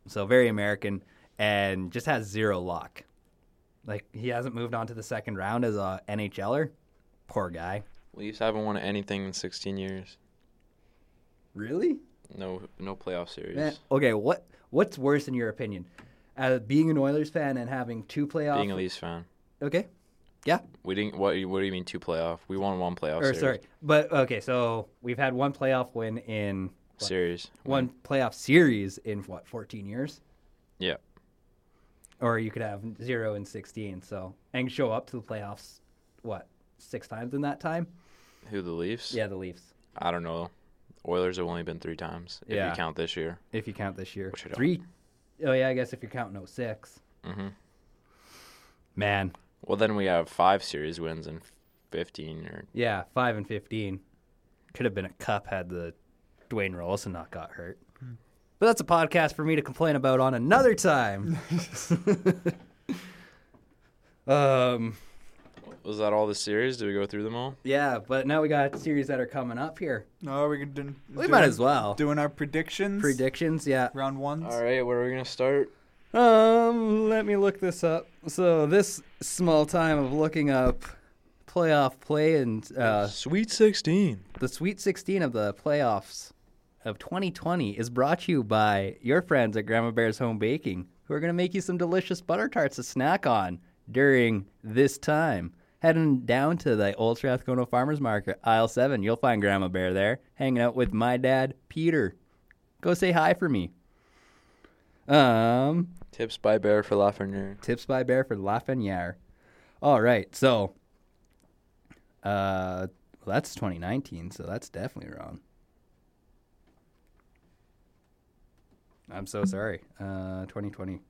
A: So very American and just has zero luck. Like he hasn't moved on to the second round as a NHLer. Poor guy.
C: Leafs haven't won anything in 16 years.
A: Really?
C: No, no playoff series.
A: Man, okay, what what's worse in your opinion? Uh, being an Oilers fan and having two playoff
C: Being a Leafs fan,
A: Okay. Yeah.
C: we didn't. What? What do you mean two playoff? We won one playoff
A: or
C: series.
A: sorry, but okay. So we've had one playoff win in what,
C: Series.
A: one playoff series in what 14 years,
C: Yeah.
A: or you could have zero in 16. So and show up to the playoffs, what six times in that time?
C: Who the Leafs?
A: Yeah, the Leafs,
C: I don't know. Oilers have only been three times. If
A: Yeah.
C: you count this year.
A: if you count this year,
C: Which I don't.
A: three. Oh yeah, I guess if you're counting 06.
C: Mhm.
A: Man,
C: Well, then we have five series wins in 15 or
A: yeah, five and 15 could have been a cup had the Dwayne Rollison not got hurt. But that's a podcast for me to complain about on another time. um.
C: Was that all the series? Did we go through them all?
A: Yeah, but now we got series that are coming up here.
B: No, we're doing,
A: We might as well.
B: doing our predictions.
A: Predictions, yeah.
B: round ones.
C: All right, where are we gonna start?
A: Um, let me look this up. So this small time of looking up playoff play and uh,
C: Sweet 16.
A: the Sweet 16 of the playoffs of 2020 is brought to you by your friends at Grandma Bear's Home Baking, who are going to make you some delicious butter tarts to snack on during this time. Heading down to the Old Strathcona Farmers Market, aisle seven. You'll find Grandma Bear there, hanging out with my dad, Peter. Go say hi for me. Um,
C: Tips by Bear for Lafreniere.
A: Tips by Bear for Lafreniere. All right, so uh, well, that's 2019, so that's definitely wrong. I'm so sorry. Uh, 2020.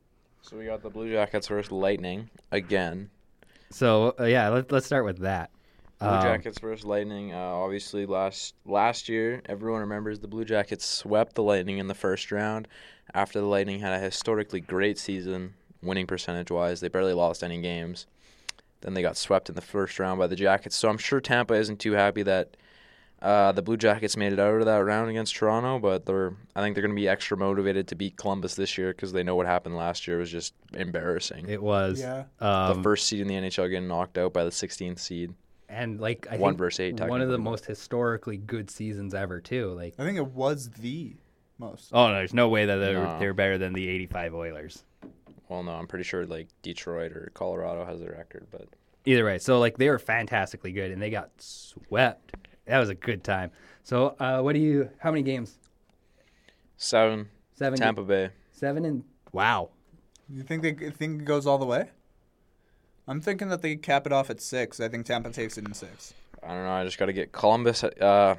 C: So we got the Blue Jackets versus Lightning again.
A: So uh, yeah, let, let's start with that.
C: Blue
A: Um,
C: Jackets versus Lightning. Uh, obviously, last last year, everyone remembers the Blue Jackets swept the Lightning in the first round. After the Lightning had a historically great season, winning percentage wise, they barely lost any games. Then they got swept in the first round by the Jackets. So I'm sure Tampa isn't too happy that uh, the Blue Jackets made it out of that round against Toronto. But they're I think they're going to be extra motivated to beat Columbus this year because they know what happened last year was just embarrassing.
A: It was
B: Yeah.
A: um,
C: the first seed in the NHL getting knocked out by the 16th seed.
A: and like I
C: one
A: think
C: versus eight,
A: one of the
C: technically.
A: most historically good seasons ever too. Like
B: I think it was the most.
A: oh, there's no way that they're,
C: No.
A: they're better than the 85 Oilers.
C: Well, no, I'm pretty sure like Detroit or Colorado has a record, but
A: either way so like they were fantastically good and they got swept that was a good time so uh what do you how many games
C: seven.
A: seven
C: Tampa Bay.
A: seven and wow
B: You think they you think it goes all the way? I'm thinking that they cap it off at six. I think Tampa takes it in six.
C: I don't know. I just got to get Columbus. Uh,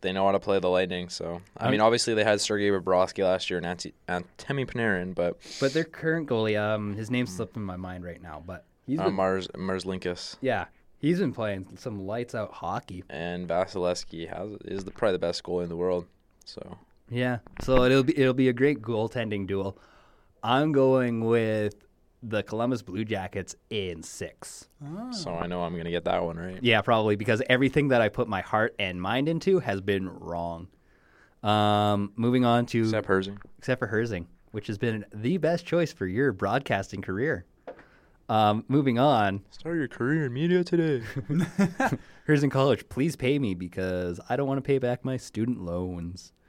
C: they know how to play the Lightning, so I mean, obviously they had Sergei Bobrovsky last year and Ante- Antemi Panarin, but
A: but their current goalie um his name slipped in my mind right now but he's
C: uh,
A: been,
C: Mars Marslinkas
A: yeah he's been playing some lights out hockey
C: and Vasilevsky has is the, probably the best goalie in the world. So
A: yeah so it'll be it'll be a great goaltending duel i'm going with the columbus blue jackets in six
C: so I know I'm gonna get that one right.
A: Yeah, probably because everything that I put my heart and mind into has been wrong. Um, moving on to
C: Except Herzing.
A: except for Herzing, which has been the best choice for your broadcasting career. Um, moving on,
C: Start your career in media today.
A: Herzing College, please pay me because I don't want to pay back my student loans.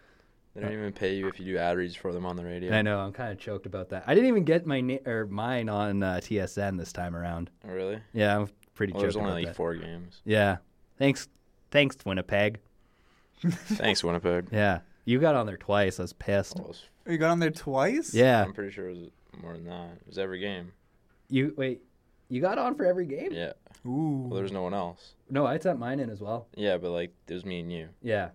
C: They don't even pay you if you do ad reads for them on the radio.
A: I know. I'm kind of choked about that. I didn't even get my na- or mine on uh, TSN this time around.
C: Oh, really?
A: Yeah, I'm pretty
C: Well,
A: choked
C: there's only
A: about
C: like
A: that.
C: four games.
A: Yeah. Thanks, thanks Winnipeg.
C: Thanks, Winnipeg.
A: Yeah, you got on there twice. I was pissed.
C: Well, it was-
B: Oh, You got on there twice?
A: Yeah.
C: I'm pretty sure it was more than that. It was every game.
A: You wait. You got on for every game?
C: um, Yeah.
B: Ooh.
C: Well, there was no one else.
A: No, I sent mine in as well.
C: Yeah, but like it was me and you.
A: Yeah.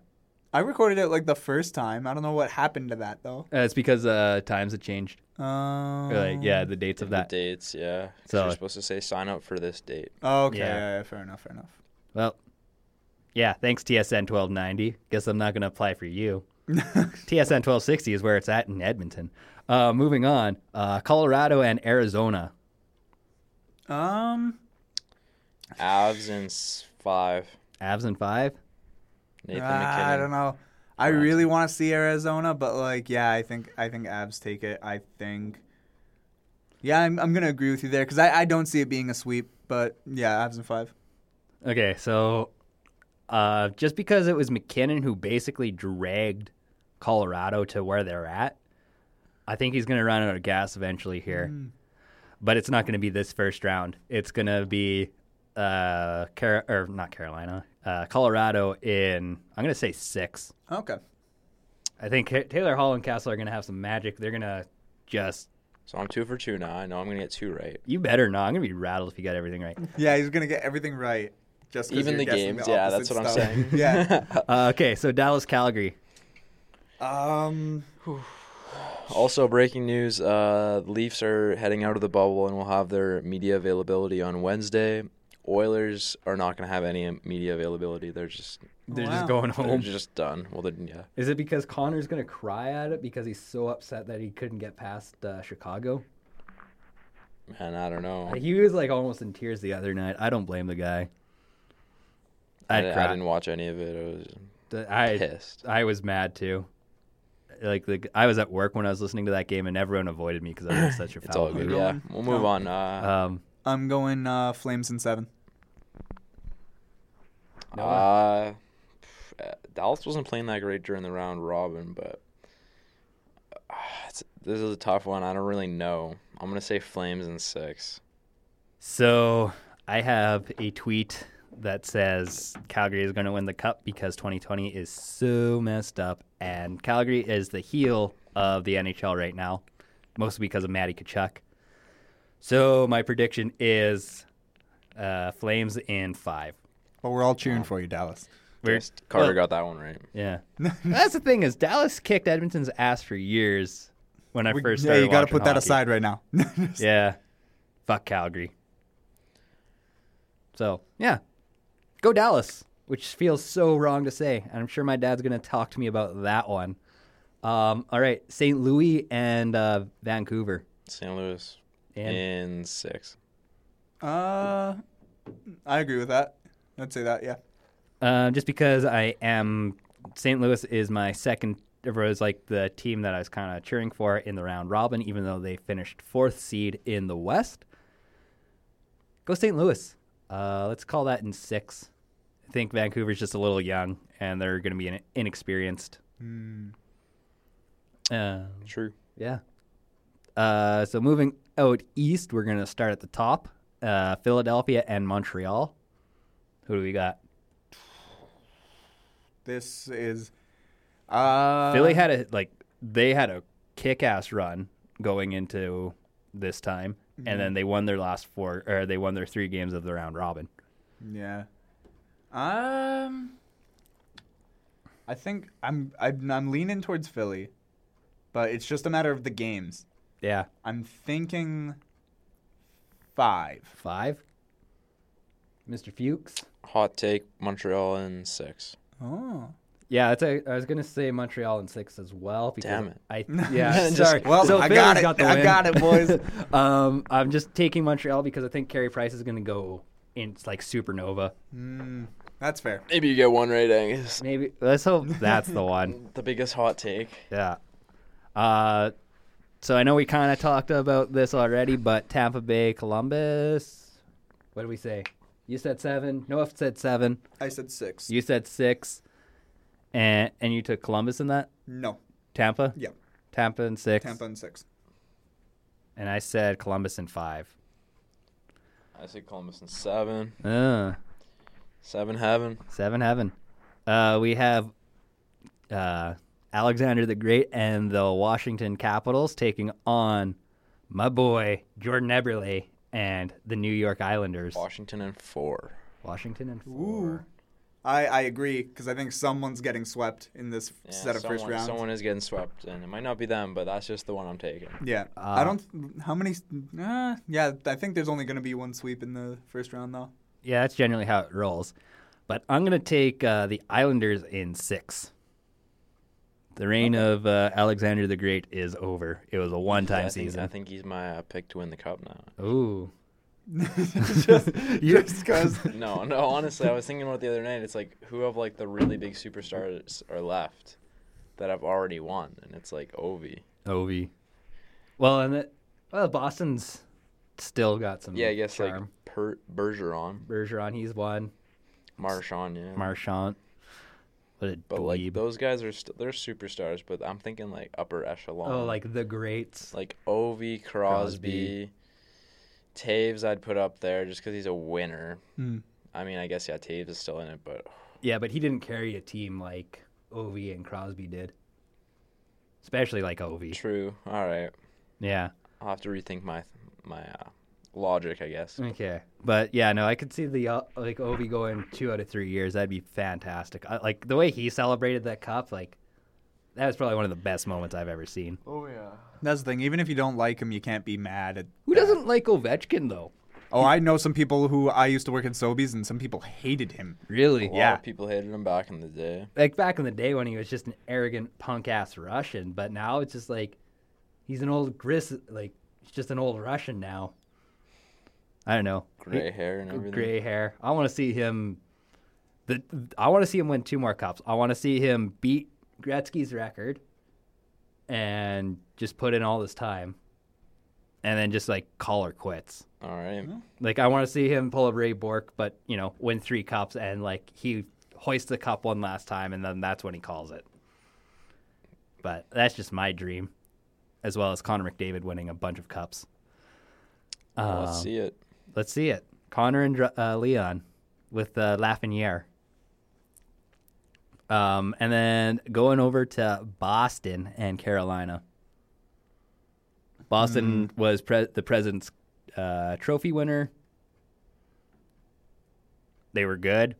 B: I recorded it like the first time. I don't know what happened to that though.
A: Uh, it's because uh, times have changed.
B: Um,
A: Or, like, yeah, the dates of that.
C: The dates, yeah. 'Cause
A: So-
C: you're supposed to say sign up for this date.
B: Oh, Okay.
A: Yeah.
B: Yeah, yeah, fair enough. Fair enough.
A: Well, yeah. Thanks TSN 1290. Guess I'm not gonna apply for you. TSN 1260 is where it's at in Edmonton. Uh, moving on, uh, Colorado and Arizona.
B: um.
C: Avs in s- five.
A: Avs and five.
C: Nathan
B: ah, I don't
C: McKinnon.
B: know. I really want to see Arizona, but like, yeah, I think I think Abs take it. I think. Yeah, I'm I'm gonna agree with you there because I, I don't see it being a sweep, but yeah, Abs in five.
A: Okay, so uh, just because it was McKinnon who basically dragged Colorado to where they're at, I think he's going to run out of gas eventually here. But it's not going to be this first round. It's going to be uh, Car- or not Carolina, uh, Colorado in I'm going to say six.
B: Okay.
A: I think Ca- Taylor Hall and Castle are going to have some magic. They're going to just
C: So I'm two for two now. I know I'm gonna get two right.
A: you better not. I'm going to be rattled if you got everything right.
B: Yeah, he's gonna get everything right. Just 'cause
C: Even
B: you're
C: the
B: guessing
C: games, yeah,
B: opposite
C: that's what I'm
B: stuff.
C: saying.
B: yeah.
A: Uh, okay, so Dallas Calgary.
B: Um.
C: Also, breaking news: uh, Leafs are heading out of the bubble and will have their media availability on Wednesday. Oilers are not going to have any media availability. They're just
A: They're
B: Wow.
A: just going
C: they're
A: home.
C: just done. Well, then yeah,
A: Is it because Connor's gonna cry at it because he's so upset that he couldn't get past uh, Chicago?
C: man, I don't know.
A: He was like almost in tears the other night. I don't blame the guy.
C: I,
A: I'd
C: di- I
A: cry.
C: didn't watch any of it. I was
A: The- I
C: pissed.
A: I was mad too. Like the, I was at work when I was listening to that game, and everyone avoided me because I was such a
C: It's all
A: foul.
C: good.
A: player.
C: Yeah, we'll move on. Uh,
A: Um,
B: I'm going uh, Flames in seven.
C: uh, uh, Dallas wasn't playing that great during the round robin, but uh, it's, this is a tough one. I don't really know. I'm gonna say Flames in six.
A: so I have a tweet that says Calgary is going to win the cup because 2020 is so messed up, and Calgary is the heel of the NHL right now, mostly because of Matty Kachuk. So my prediction is uh, Flames in five.
B: But we're all cheering for you, Dallas.
A: We're-
C: Yes, Carter
A: well-
C: got that one right.
A: Yeah, that's the thing is Dallas kicked Edmonton's ass for years when I
B: We-
A: first
B: yeah,
A: started.
B: you gotta
A: watching
B: put that
A: hockey.
B: aside right now.
A: Yeah, fuck Calgary. So yeah, go Dallas, which feels so wrong to say, and I'm sure my dad's gonna talk to me about that one. Um, all right, St. Louis and uh, Vancouver.
C: St. Louis
A: And-
C: in six.
B: Uh, I agree with that. I'd say that. Yeah.
A: Uh, just because I am St. Louis is my second it was like the team that I was kind of cheering for in the round robin, even though they finished fourth seed in the West. Go St. Louis. Uh, let's call that in six. I think Vancouver's just a little young, and they're going to be in- inexperienced. Uh,
C: True.
A: yeah. Uh, so moving out east, we're going to start at the top uh, Philadelphia and Montreal. Who do we got?
B: This is. Uh,
A: Philly had a like they had a kick ass run going into this time, and
B: Mm-hmm.
A: then they won their last four or they won their three games of the round robin.
B: Yeah. Um. I think I'm I'm I'm leaning towards Philly, but it's just a matter of the games.
A: Yeah,
B: I'm thinking five.
A: five. Mr. Fuchs.
C: Hot take Montreal in six.
B: Oh.
A: Yeah, that's a, I was gonna say Montreal in six as well. Because
C: Damn it.
A: I yeah
C: Just-
A: sorry.
B: Well,
A: so
B: I
A: Philly's
B: got it.
A: the
B: I
A: win.
B: got it, boys.
A: um, I'm just taking Montreal because I think Carey Price is gonna go in it's like supernova.
B: Mm, that's fair.
C: Maybe you get one right, Angus.
A: Maybe let's hope that's the one.
C: The biggest hot take.
A: Yeah. Uh, so I know we kind of talked about this already, but Tampa Bay, Columbus. What did we say? You said seven. Noah said seven.
B: I said six.
A: You said six. And and you took Columbus in that.
B: no.
A: Tampa?
B: Yeah.
A: Tampa in six.
B: Tampa in six.
A: And I said Columbus in five.
C: I say Columbus in seven.
A: Uh,
C: Seven heaven.
A: seven heaven. Uh, we have uh, Alexander the Great and the Washington Capitals taking on my boy Jordan Eberle and the New York Islanders.
C: Washington in four.
A: Washington and four.
B: I, I agree because I think someone's getting swept in this
C: Yeah,
B: set of
C: someone,
B: first rounds.
C: Someone is getting swept, and it might not be them, but that's just the one I'm taking.
B: Yeah, I don't. How many? Uh, yeah, I think there's only going to be one sweep in the first round though.
A: Yeah, that's generally how it rolls. But I'm going to take uh, the Islanders in six. The reign of uh, Alexander the Great is over. It was a
C: I
A: one-time
C: think,
A: season.
C: I think he's my uh, pick to win the cup now.
A: Ooh,
B: just
A: You-
B: because.
C: No, no. Honestly, I was thinking about it the other night. It's like who of like the really big superstars are left that I've already won, and it's like Ovi.
A: Ovi. Well, and the, well, Boston's still got some.
C: Yeah, I guess like
A: charm.
C: per- Bergeron,
A: Bergeron, he's one.
C: Marchand, yeah.
A: Marchand. What a
C: but like
A: dweeb.
C: those guys are st- they're superstars, but I'm thinking like upper echelon.
A: oh, like the greats.
C: like Ovi, Crosby, Taves. I'd put up there just because he's a winner. I mean, I guess yeah, Taves is still in it, but
A: Yeah, but he didn't carry a team like Ovi and Crosby did. Especially like Ovi.
C: true. All right,
A: Yeah.
C: I'll have to rethink my my uh, logic, I guess.
A: Okay, but yeah, no, I could see the uh, like Ovi going two out of three years. That'd be fantastic. I, like the way he celebrated that cup, like that was probably one of the best moments I've ever seen.
C: Oh yeah.
B: That's the thing. Even if you don't like him, you can't be mad at.
A: Who doesn't like Ovechkin though?
B: Oh, I know some people who I used to work at Sobeys, and some people hated him.
A: Really?
C: A lot
B: Yeah.
C: of people hated him back in the day.
A: Like back in the day when he was just an arrogant punk ass Russian, but now it's just like he's an old gris, like he's just an old Russian now. I don't know.
C: Gray hair and everything.
A: gray hair. I want to see him. The I want to see him win two more cups. I want to see him beat Gretzky's record, and just put in all this time, and then just like call her quits.
C: All right.
A: Like I want to see him pull a Ray Bork, but you know, win three cups, and like he hoists the cup one last time, and then that's when he calls it. But that's just my dream, as well as Connor McDavid winning a bunch of cups.
C: Well, let's see it.
A: Let's see it. Connor and Dr- uh, Leon with uh, Lafreniere. Um, and then going over to Boston and Carolina. Boston was pre- the President's uh, Trophy winner. They were good.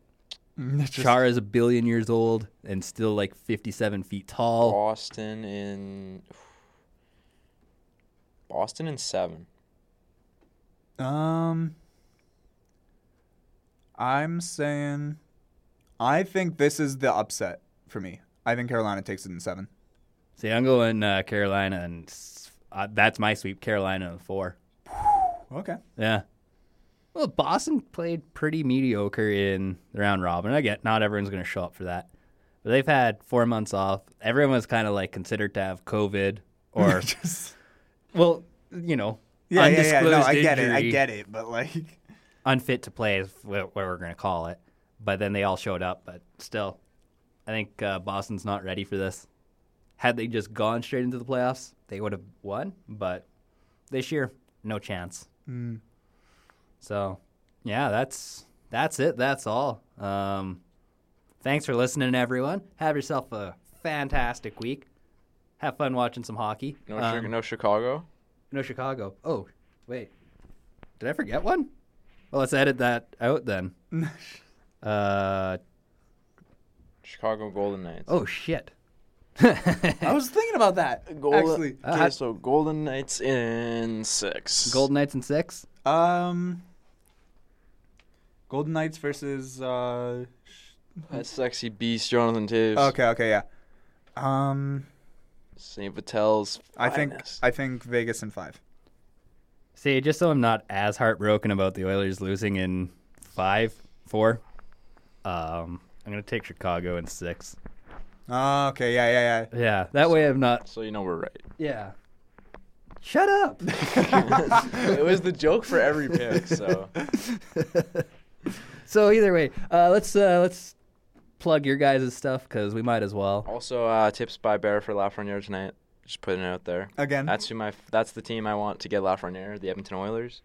A: Chara is a billion years old and still like 57 feet tall.
C: Boston in. Boston in seven.
B: Um, I'm saying, I think this is the upset for me. I think Carolina takes it in seven.
A: See, I'm going uh, Carolina, and s- uh, that's my sweep Carolina in four.
B: Okay.
A: Yeah. Well, Boston played pretty mediocre in the round robin. I get not everyone's going to show up for that. But they've had four months off. Everyone was kind of like considered to have COVID or,
B: Just,
A: well, you know,
B: yeah, yeah, yeah. No,
A: undisclosed
B: I get it. I
A: injury,
B: get it. But like,
A: unfit to play is what, what we're going to call it. But then they all showed up. But still, I think uh, Boston's not ready for this. Had they just gone straight into the playoffs, they would have won. But this year, no chance. So, yeah, that's that's it. That's all. Um, thanks for listening, everyone. Have yourself a fantastic week. Have fun watching some hockey.
C: No,
A: Um,
C: Chi- no Chicago.
A: no Chicago. Oh, wait. Did I forget one? Well, let's edit that out then. uh,
C: Chicago Golden Knights.
A: oh shit.
B: I was thinking about that. Actually,
C: okay, so Golden Knights in six.
A: Golden Knights and six.
B: Um, Golden Knights versus. Uh,
C: That sexy beast, Jonathan Taves.
B: okay, okay, yeah. Um,
C: St. Vitale's.
B: I think
C: finest.
B: I think Vegas in five.
A: See, just so I'm not as heartbroken about the Oilers losing in five, four. Um, I'm gonna take Chicago in six.
B: Oh, okay, yeah, yeah, yeah.
A: Yeah, that way I'm not.
C: so you know we're right.
A: Yeah. Shut up.
C: it was the joke for every pick. So
A: so either way, uh, let's uh, let's plug your guys' stuff because we might as well.
C: Also, uh, tips by Bear for Lafreniere tonight. Just putting it out there.
B: Again.
C: That's who my that's the team I want to get Lafreniere, the Edmonton Oilers,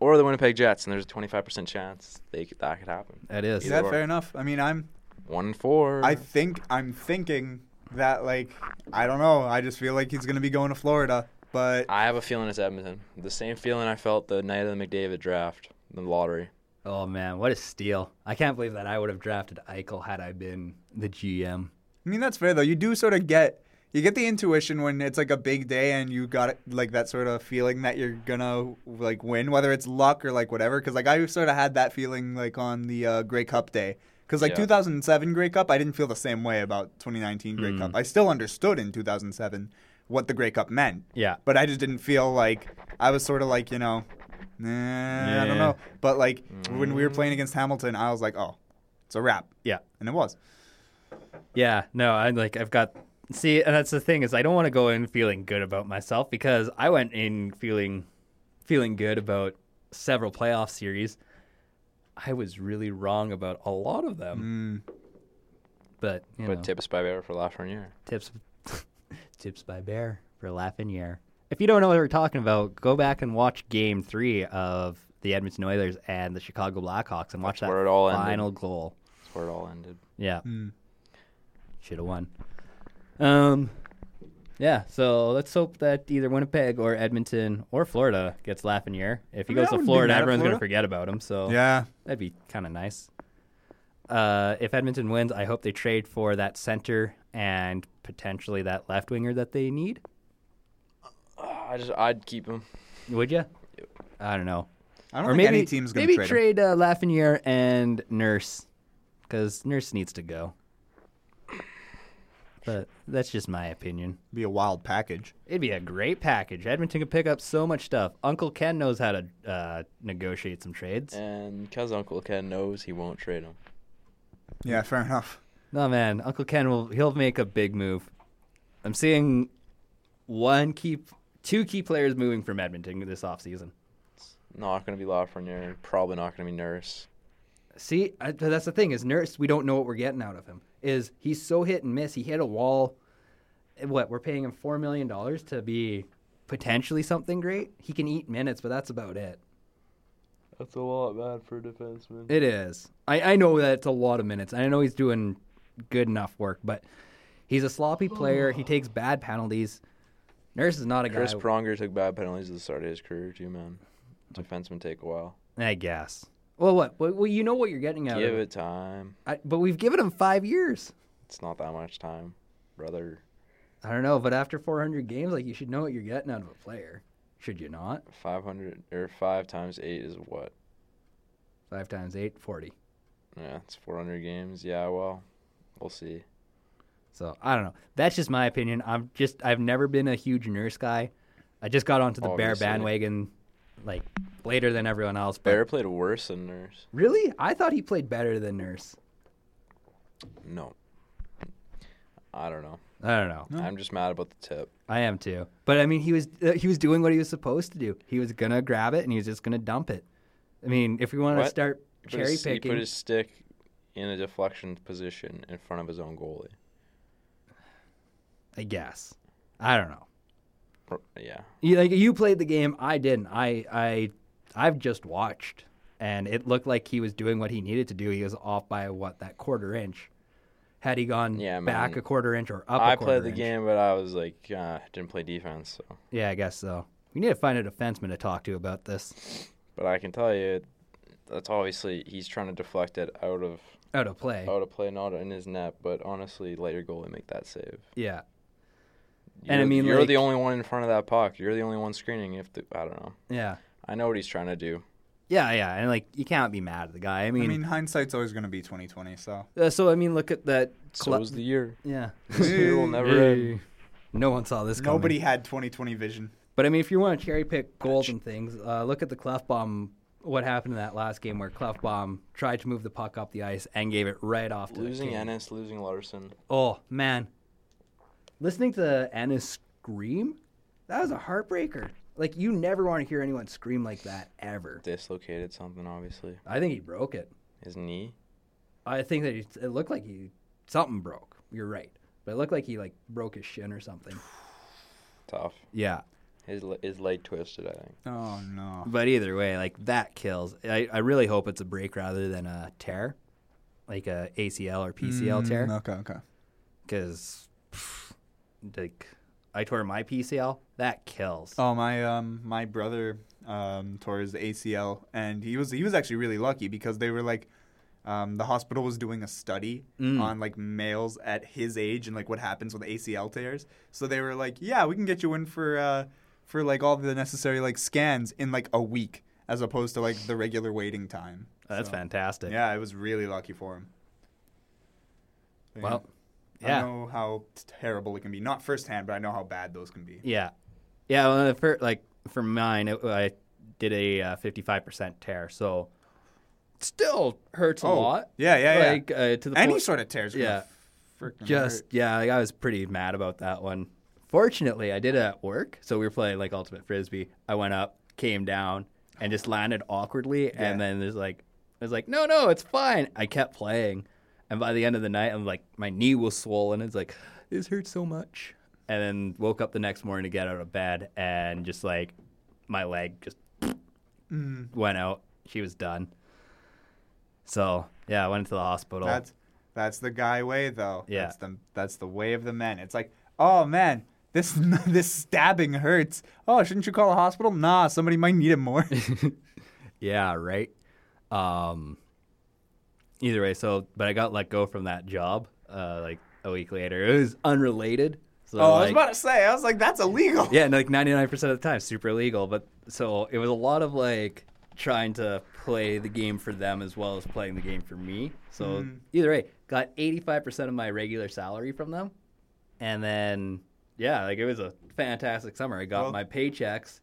C: or the Winnipeg Jets, and there's a 25% chance they could, that could happen.
A: That is.
B: Is
C: Either
B: that
C: or.
B: fair enough? I mean, I'm
C: One and four.
B: I think I'm thinking that like I don't know. I just feel like he's gonna be going to Florida, but
C: I have a feeling it's Edmonton. The same feeling I felt the night of the McDavid draft, the lottery.
A: Oh man, what a steal! I can't believe that I would have drafted Eichel had I been the GM.
B: I mean that's fair though. You do sort of get you get the intuition when it's like a big day and you got it, like that sort of feeling that you're gonna like win, whether it's luck or like whatever. Because like I sort of had that feeling like on the uh, Grey Cup day. Because like
C: Yeah.
B: 2007 Grey Cup, I didn't feel the same way about 2019
C: Hmm.
B: Grey Cup. I still understood in 2007 what the Grey Cup meant.
A: Yeah.
B: but I just didn't feel like I was sort of like you know, nah, I
A: Yeah. Mm.
B: don't know. But like when we were playing against Hamilton, I was like, oh, it's a wrap,
A: Yeah.
B: and it was.
A: Yeah, no, I'm like I've got see, and that's the thing is I don't want to go in feeling good about myself because I went in feeling feeling good about several playoff series. I was really wrong about a lot of them. Mm. But you
C: But
A: know,
C: tips by Bear for Lafreniere.
A: tips tips by Bear for Lafreniere. If you don't know what we're talking about, go back and watch Game Three of the Edmonton Oilers and the Chicago Blackhawks, and watch that
C: where it all ended.
A: final goal.
C: That's where it all ended.
A: Yeah. Should have won. Um, yeah, so let's hope that either Winnipeg or Edmonton or Florida gets Lafreniere. If he
B: I mean,
A: goes
B: I
A: to
B: wouldn't be
A: Florida,
B: mad at
A: everyone's going to
B: Florida.
A: forget about him, so
B: Yeah,
A: that'd be kind of nice. Uh, if Edmonton wins, I hope they trade for that center and potentially that left winger that they need.
C: Ah, I just I'd keep him.
A: Would you? I don't know.
B: I don't
A: Or
B: think
A: maybe,
B: any team's going to
A: maybe trade
B: trade, him.
A: uh, Lafreniere and Nurse because Nurse needs to go. But that's just my opinion.
B: Be a wild package.
A: It'd be a great package. Edmonton could pick up so much stuff. Uncle Ken knows how to uh, negotiate some trades.
C: And because Uncle Ken knows he won't trade him.
B: Yeah, fair enough.
A: No man, Uncle Ken will he'll make a big move. I'm seeing one key, two key players moving from Edmonton this offseason.
C: Not going to be Lafreniere. Probably not going to be Nurse.
A: See, I, but that's the thing is Nurse. We don't know what we're getting out of him. Is he's so hit and miss? He hit a wall. eh, What we're paying him four million dollars to be potentially something great. He can eat minutes, but that's about it.
C: That's a lot bad for a defenseman.
A: It is. I, I know that it's a lot of minutes. I know he's doing good enough work, but he's a sloppy player. He takes bad penalties. Nurse is not a
C: Chris
A: guy.
C: Pronger took bad penalties at the start of his career too, man. Defensemen take a while.
A: I guess. Well, what? Well, well, you know what you're getting out
C: Give
A: of
C: it time.
A: I, but we've given him five years.
C: It's not that much time, brother.
A: I don't know, but after 400 games, like you should know what you're getting out of a player, should you not?
C: Five hundred or five times eight is what?
A: Five times eight, 40.
C: Yeah, it's four hundred games. Yeah, well, we'll see.
A: So I don't know. That's just my opinion. I'm just I've never been a huge nurse guy. I just got onto the bear
C: Obviously.
A: bandwagon like later than everyone else. But
C: Bear played worse than Nurse.
A: really, I thought he played better than nurse.
C: No. I don't know.
A: I don't know.
C: I'm just mad about the tip.
A: I am too. But I mean, he was uh, he was doing what he was supposed to do. He was gonna grab it and he was just gonna dump it. I mean, if we want to
C: What?
A: start
C: He put
A: cherry
C: his- He
A: picking,
C: put his stick in a deflection position in front of his own goalie.
A: I guess I don't know.
C: Pro- Yeah.
A: You, like you played the game, I didn't. I I I've just watched, and it looked like he was doing what he needed to do. He was off by what that quarter inch. Had he gone
C: Yeah,
A: back
C: man.
A: a quarter inch or up, a
C: I
A: quarter
C: played the
A: inch.
C: game, but I was like, uh, didn't play defense. So,
A: Yeah, I guess so. We need to find a defenseman to talk to about this
C: but I can tell you, that's obviously he's trying to deflect it out of
A: out of play.
C: out of play, not in his net. But honestly, let your goalie make that save.
A: Yeah,
C: You're,
A: And I mean,
C: you're the
A: like-
C: only one in front of that puck. You're the only one screening. If the, I don't know,
A: yeah,
C: I know what he's trying to do.
A: yeah, yeah. And like you can't be mad at the guy. I mean,
B: I mean, hindsight's always going to be 2020. So
A: uh, so I mean, look at that.
C: So
A: Cla-
C: was the year.
A: yeah.
C: This year will never end.
A: No one saw this coming.
B: nobody had 2020 vision.
A: But I mean, if you want to cherry pick goals and things, uh, look at the Clefbaum. What happened in that last game where Clefbaum tried to move the puck up the ice and gave it right off to
C: Losing
A: the king.
C: Ennis, losing Larson.
A: Oh man, listening to Ennis scream, that was a heartbreaker. Like you never want to hear anyone scream like that ever.
C: Dislocated something, obviously.
A: I think he broke it.
C: His knee.
A: I think that it, it looked like he something broke. You're right, but it looked like he like broke his shin or something.
D: Tough.
A: Yeah,
D: His le- his leg twisted. I think.
B: Oh no.
A: but either way, like that kills. I, I really hope it's a break rather than a tear, like a ACL or PCL
B: Mm,
A: tear.
B: Okay, okay.
A: because like I tore my PCL, that kills.
B: Oh my um my brother um tore his ACL and he was he was actually really lucky because they were like um the hospital was doing a study
A: Mm.
B: on like males at his age and like what happens with ACL tears. So they were like, yeah, we can get you in for uh for like all the necessary like scans in like a week as opposed to like the regular waiting time.
A: Oh, That's
B: So,
A: fantastic.
B: Yeah, I was really lucky for him. So, yeah.
A: Well,
B: I
A: yeah,
B: know how terrible it can be. Not firsthand, but I know how bad those can be.
A: yeah, yeah. Well, for like for mine, it, I did a uh, fifty-five percent tear, so still hurts a
B: Oh,
A: lot.
B: yeah, yeah, yeah.
A: Like uh, to the
B: Any
A: point,
B: sort of tears. are
A: Yeah.
B: gonna freaking
A: just
B: hurt.
A: yeah. Like, I was pretty mad about that one. Fortunately, I did it at work, so we were playing like ultimate frisbee. I went up, came down, and just landed awkwardly,
B: Yeah.
A: and then there's like I was like, no, no, it's fine. I kept playing, and by the end of the night, I'm like, my knee was swollen. It's like this hurts so much, and then woke up the next morning to get out of bed, and just like my leg just
B: Mm.
A: went out. She was done. So yeah, I went into the hospital.
B: that's that's the guy way though.
A: Oh. Yeah.
B: That's the that's the way of the men. It's like, oh man, this this stabbing hurts. Oh, shouldn't you call a hospital? Nah, somebody might need it more.
A: Yeah, right. Um either way, so but I got let go from that job uh like a week later. It was unrelated. So
B: oh, I was
A: like,
B: about to say, I was like, that's illegal.
A: Yeah, and like 99% of the time super illegal, but so it was a lot of like trying to play the game for them as well as playing the game for me. So
B: Mm-hmm.
A: either way, got 85% of my regular salary from them. And then yeah, like it was a fantastic summer. I got
B: Well-
A: my paychecks.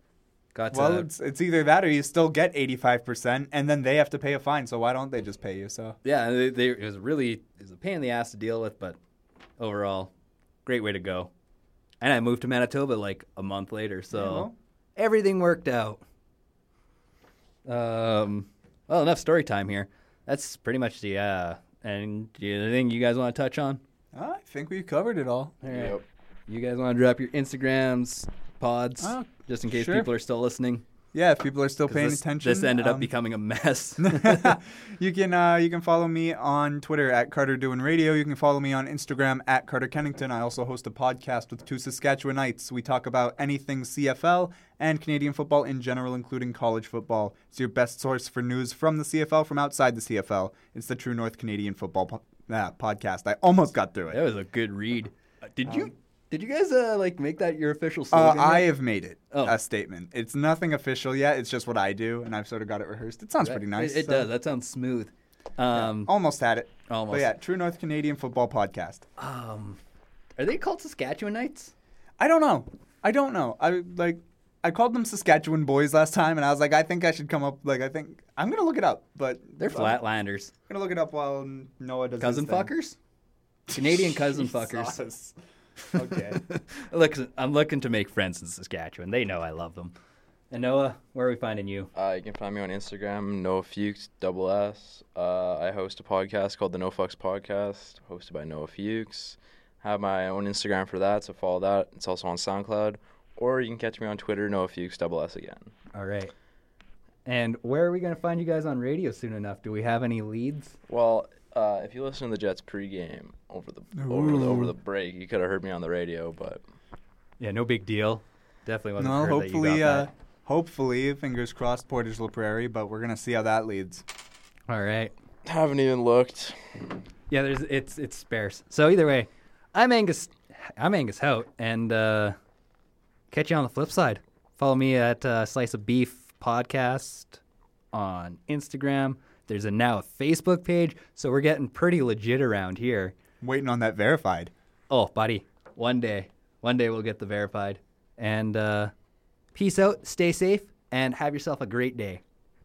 A: Got to
B: Well, it's, it's either that or you still get 85%, and then they have to pay a fine. So why don't they just pay you? So
A: yeah, they, they, it was really it was a pain in the ass to deal with, but overall, great way to go. And I moved to Manitoba like a month later, so
B: well.
A: everything worked out. Um, well, enough story time here. That's pretty much the uh, and the other thing you guys want to touch on.
B: I think we covered it all.
A: All right. You guys want to drop your Instagrams, pods,
B: Oh,
A: just in case
B: sure.
A: people are still listening.
B: Yeah, if people are still
A: 'Cause
B: paying
A: this,
B: attention.
A: This ended up
B: um,
A: becoming a mess.
B: you can uh, you can follow me on Twitter at Carter Doing Radio. You can follow me on Instagram at Carter Kennington. I also host a podcast with two Saskatchewanites. We talk about anything CFL and Canadian football in general, including college football. It's your best source for news from the CFL, from outside the CFL. It's the True North Canadian Football po- ah, podcast. I almost got through it.
A: That was a good read. Did you did you guys uh, like make that your official
B: Uh,
A: slogan?
B: I
A: yet?
B: have made it
A: Oh.
B: a statement. It's nothing official yet. It's just what I do, and I've sort of got it rehearsed. It sounds pretty nice.
A: It, it
B: so- Oh.
A: does. That sounds smooth. Um,
B: Almost had it.
A: Almost.
B: But yeah, True North Canadian Football Podcast.
A: um, are they called Saskatchewanites?
B: I don't know. I don't know. I like I called them Saskatchewan boys last time and I was like I think I should come up like I think I'm going to look it up, but
A: They're flatlanders,
B: I'm going to look it up while Noah does
A: cousin
B: his thing.
A: fuckers, Canadian cousin fuckers.
B: Jesus. Okay.
A: Look, I'm looking to make friends in Saskatchewan. They know I love them. And Noah, where are we finding you?
D: Uh, you can find me on Instagram, Noah Fuchs, double S. Uh, I host a podcast called the No Fucks Podcast, hosted by Noah Fuchs. Have my own Instagram for that, so follow that. It's also on SoundCloud, or you can catch me on Twitter, Noah Fuchs, double S again.
A: All right. And where are we going to find you guys on radio soon enough? Do we have any leads?
D: Well, uh, if you listen to the Jets pregame over the over the over the break, you could have heard me on the radio, but
A: Yeah, no big deal. Definitely wasn't
B: no,
A: heard that you
B: hopefully
A: got
B: uh
A: that.
B: hopefully fingers crossed Portage La Prairie, but we're going to see how that leads.
A: All right.
D: haven't even looked.
A: Yeah, there's it's it's sparse. So either way, I'm Angus I'm Angus Hout and uh catch you on the flip side. Follow me at uh, Slice of Beef podcast on Instagram. There's a now a Facebook page, so we're getting pretty legit around here.
B: Waiting on that verified.
A: Oh, buddy, one day, one day we'll get the verified. And uh peace out, stay safe and have yourself a great day.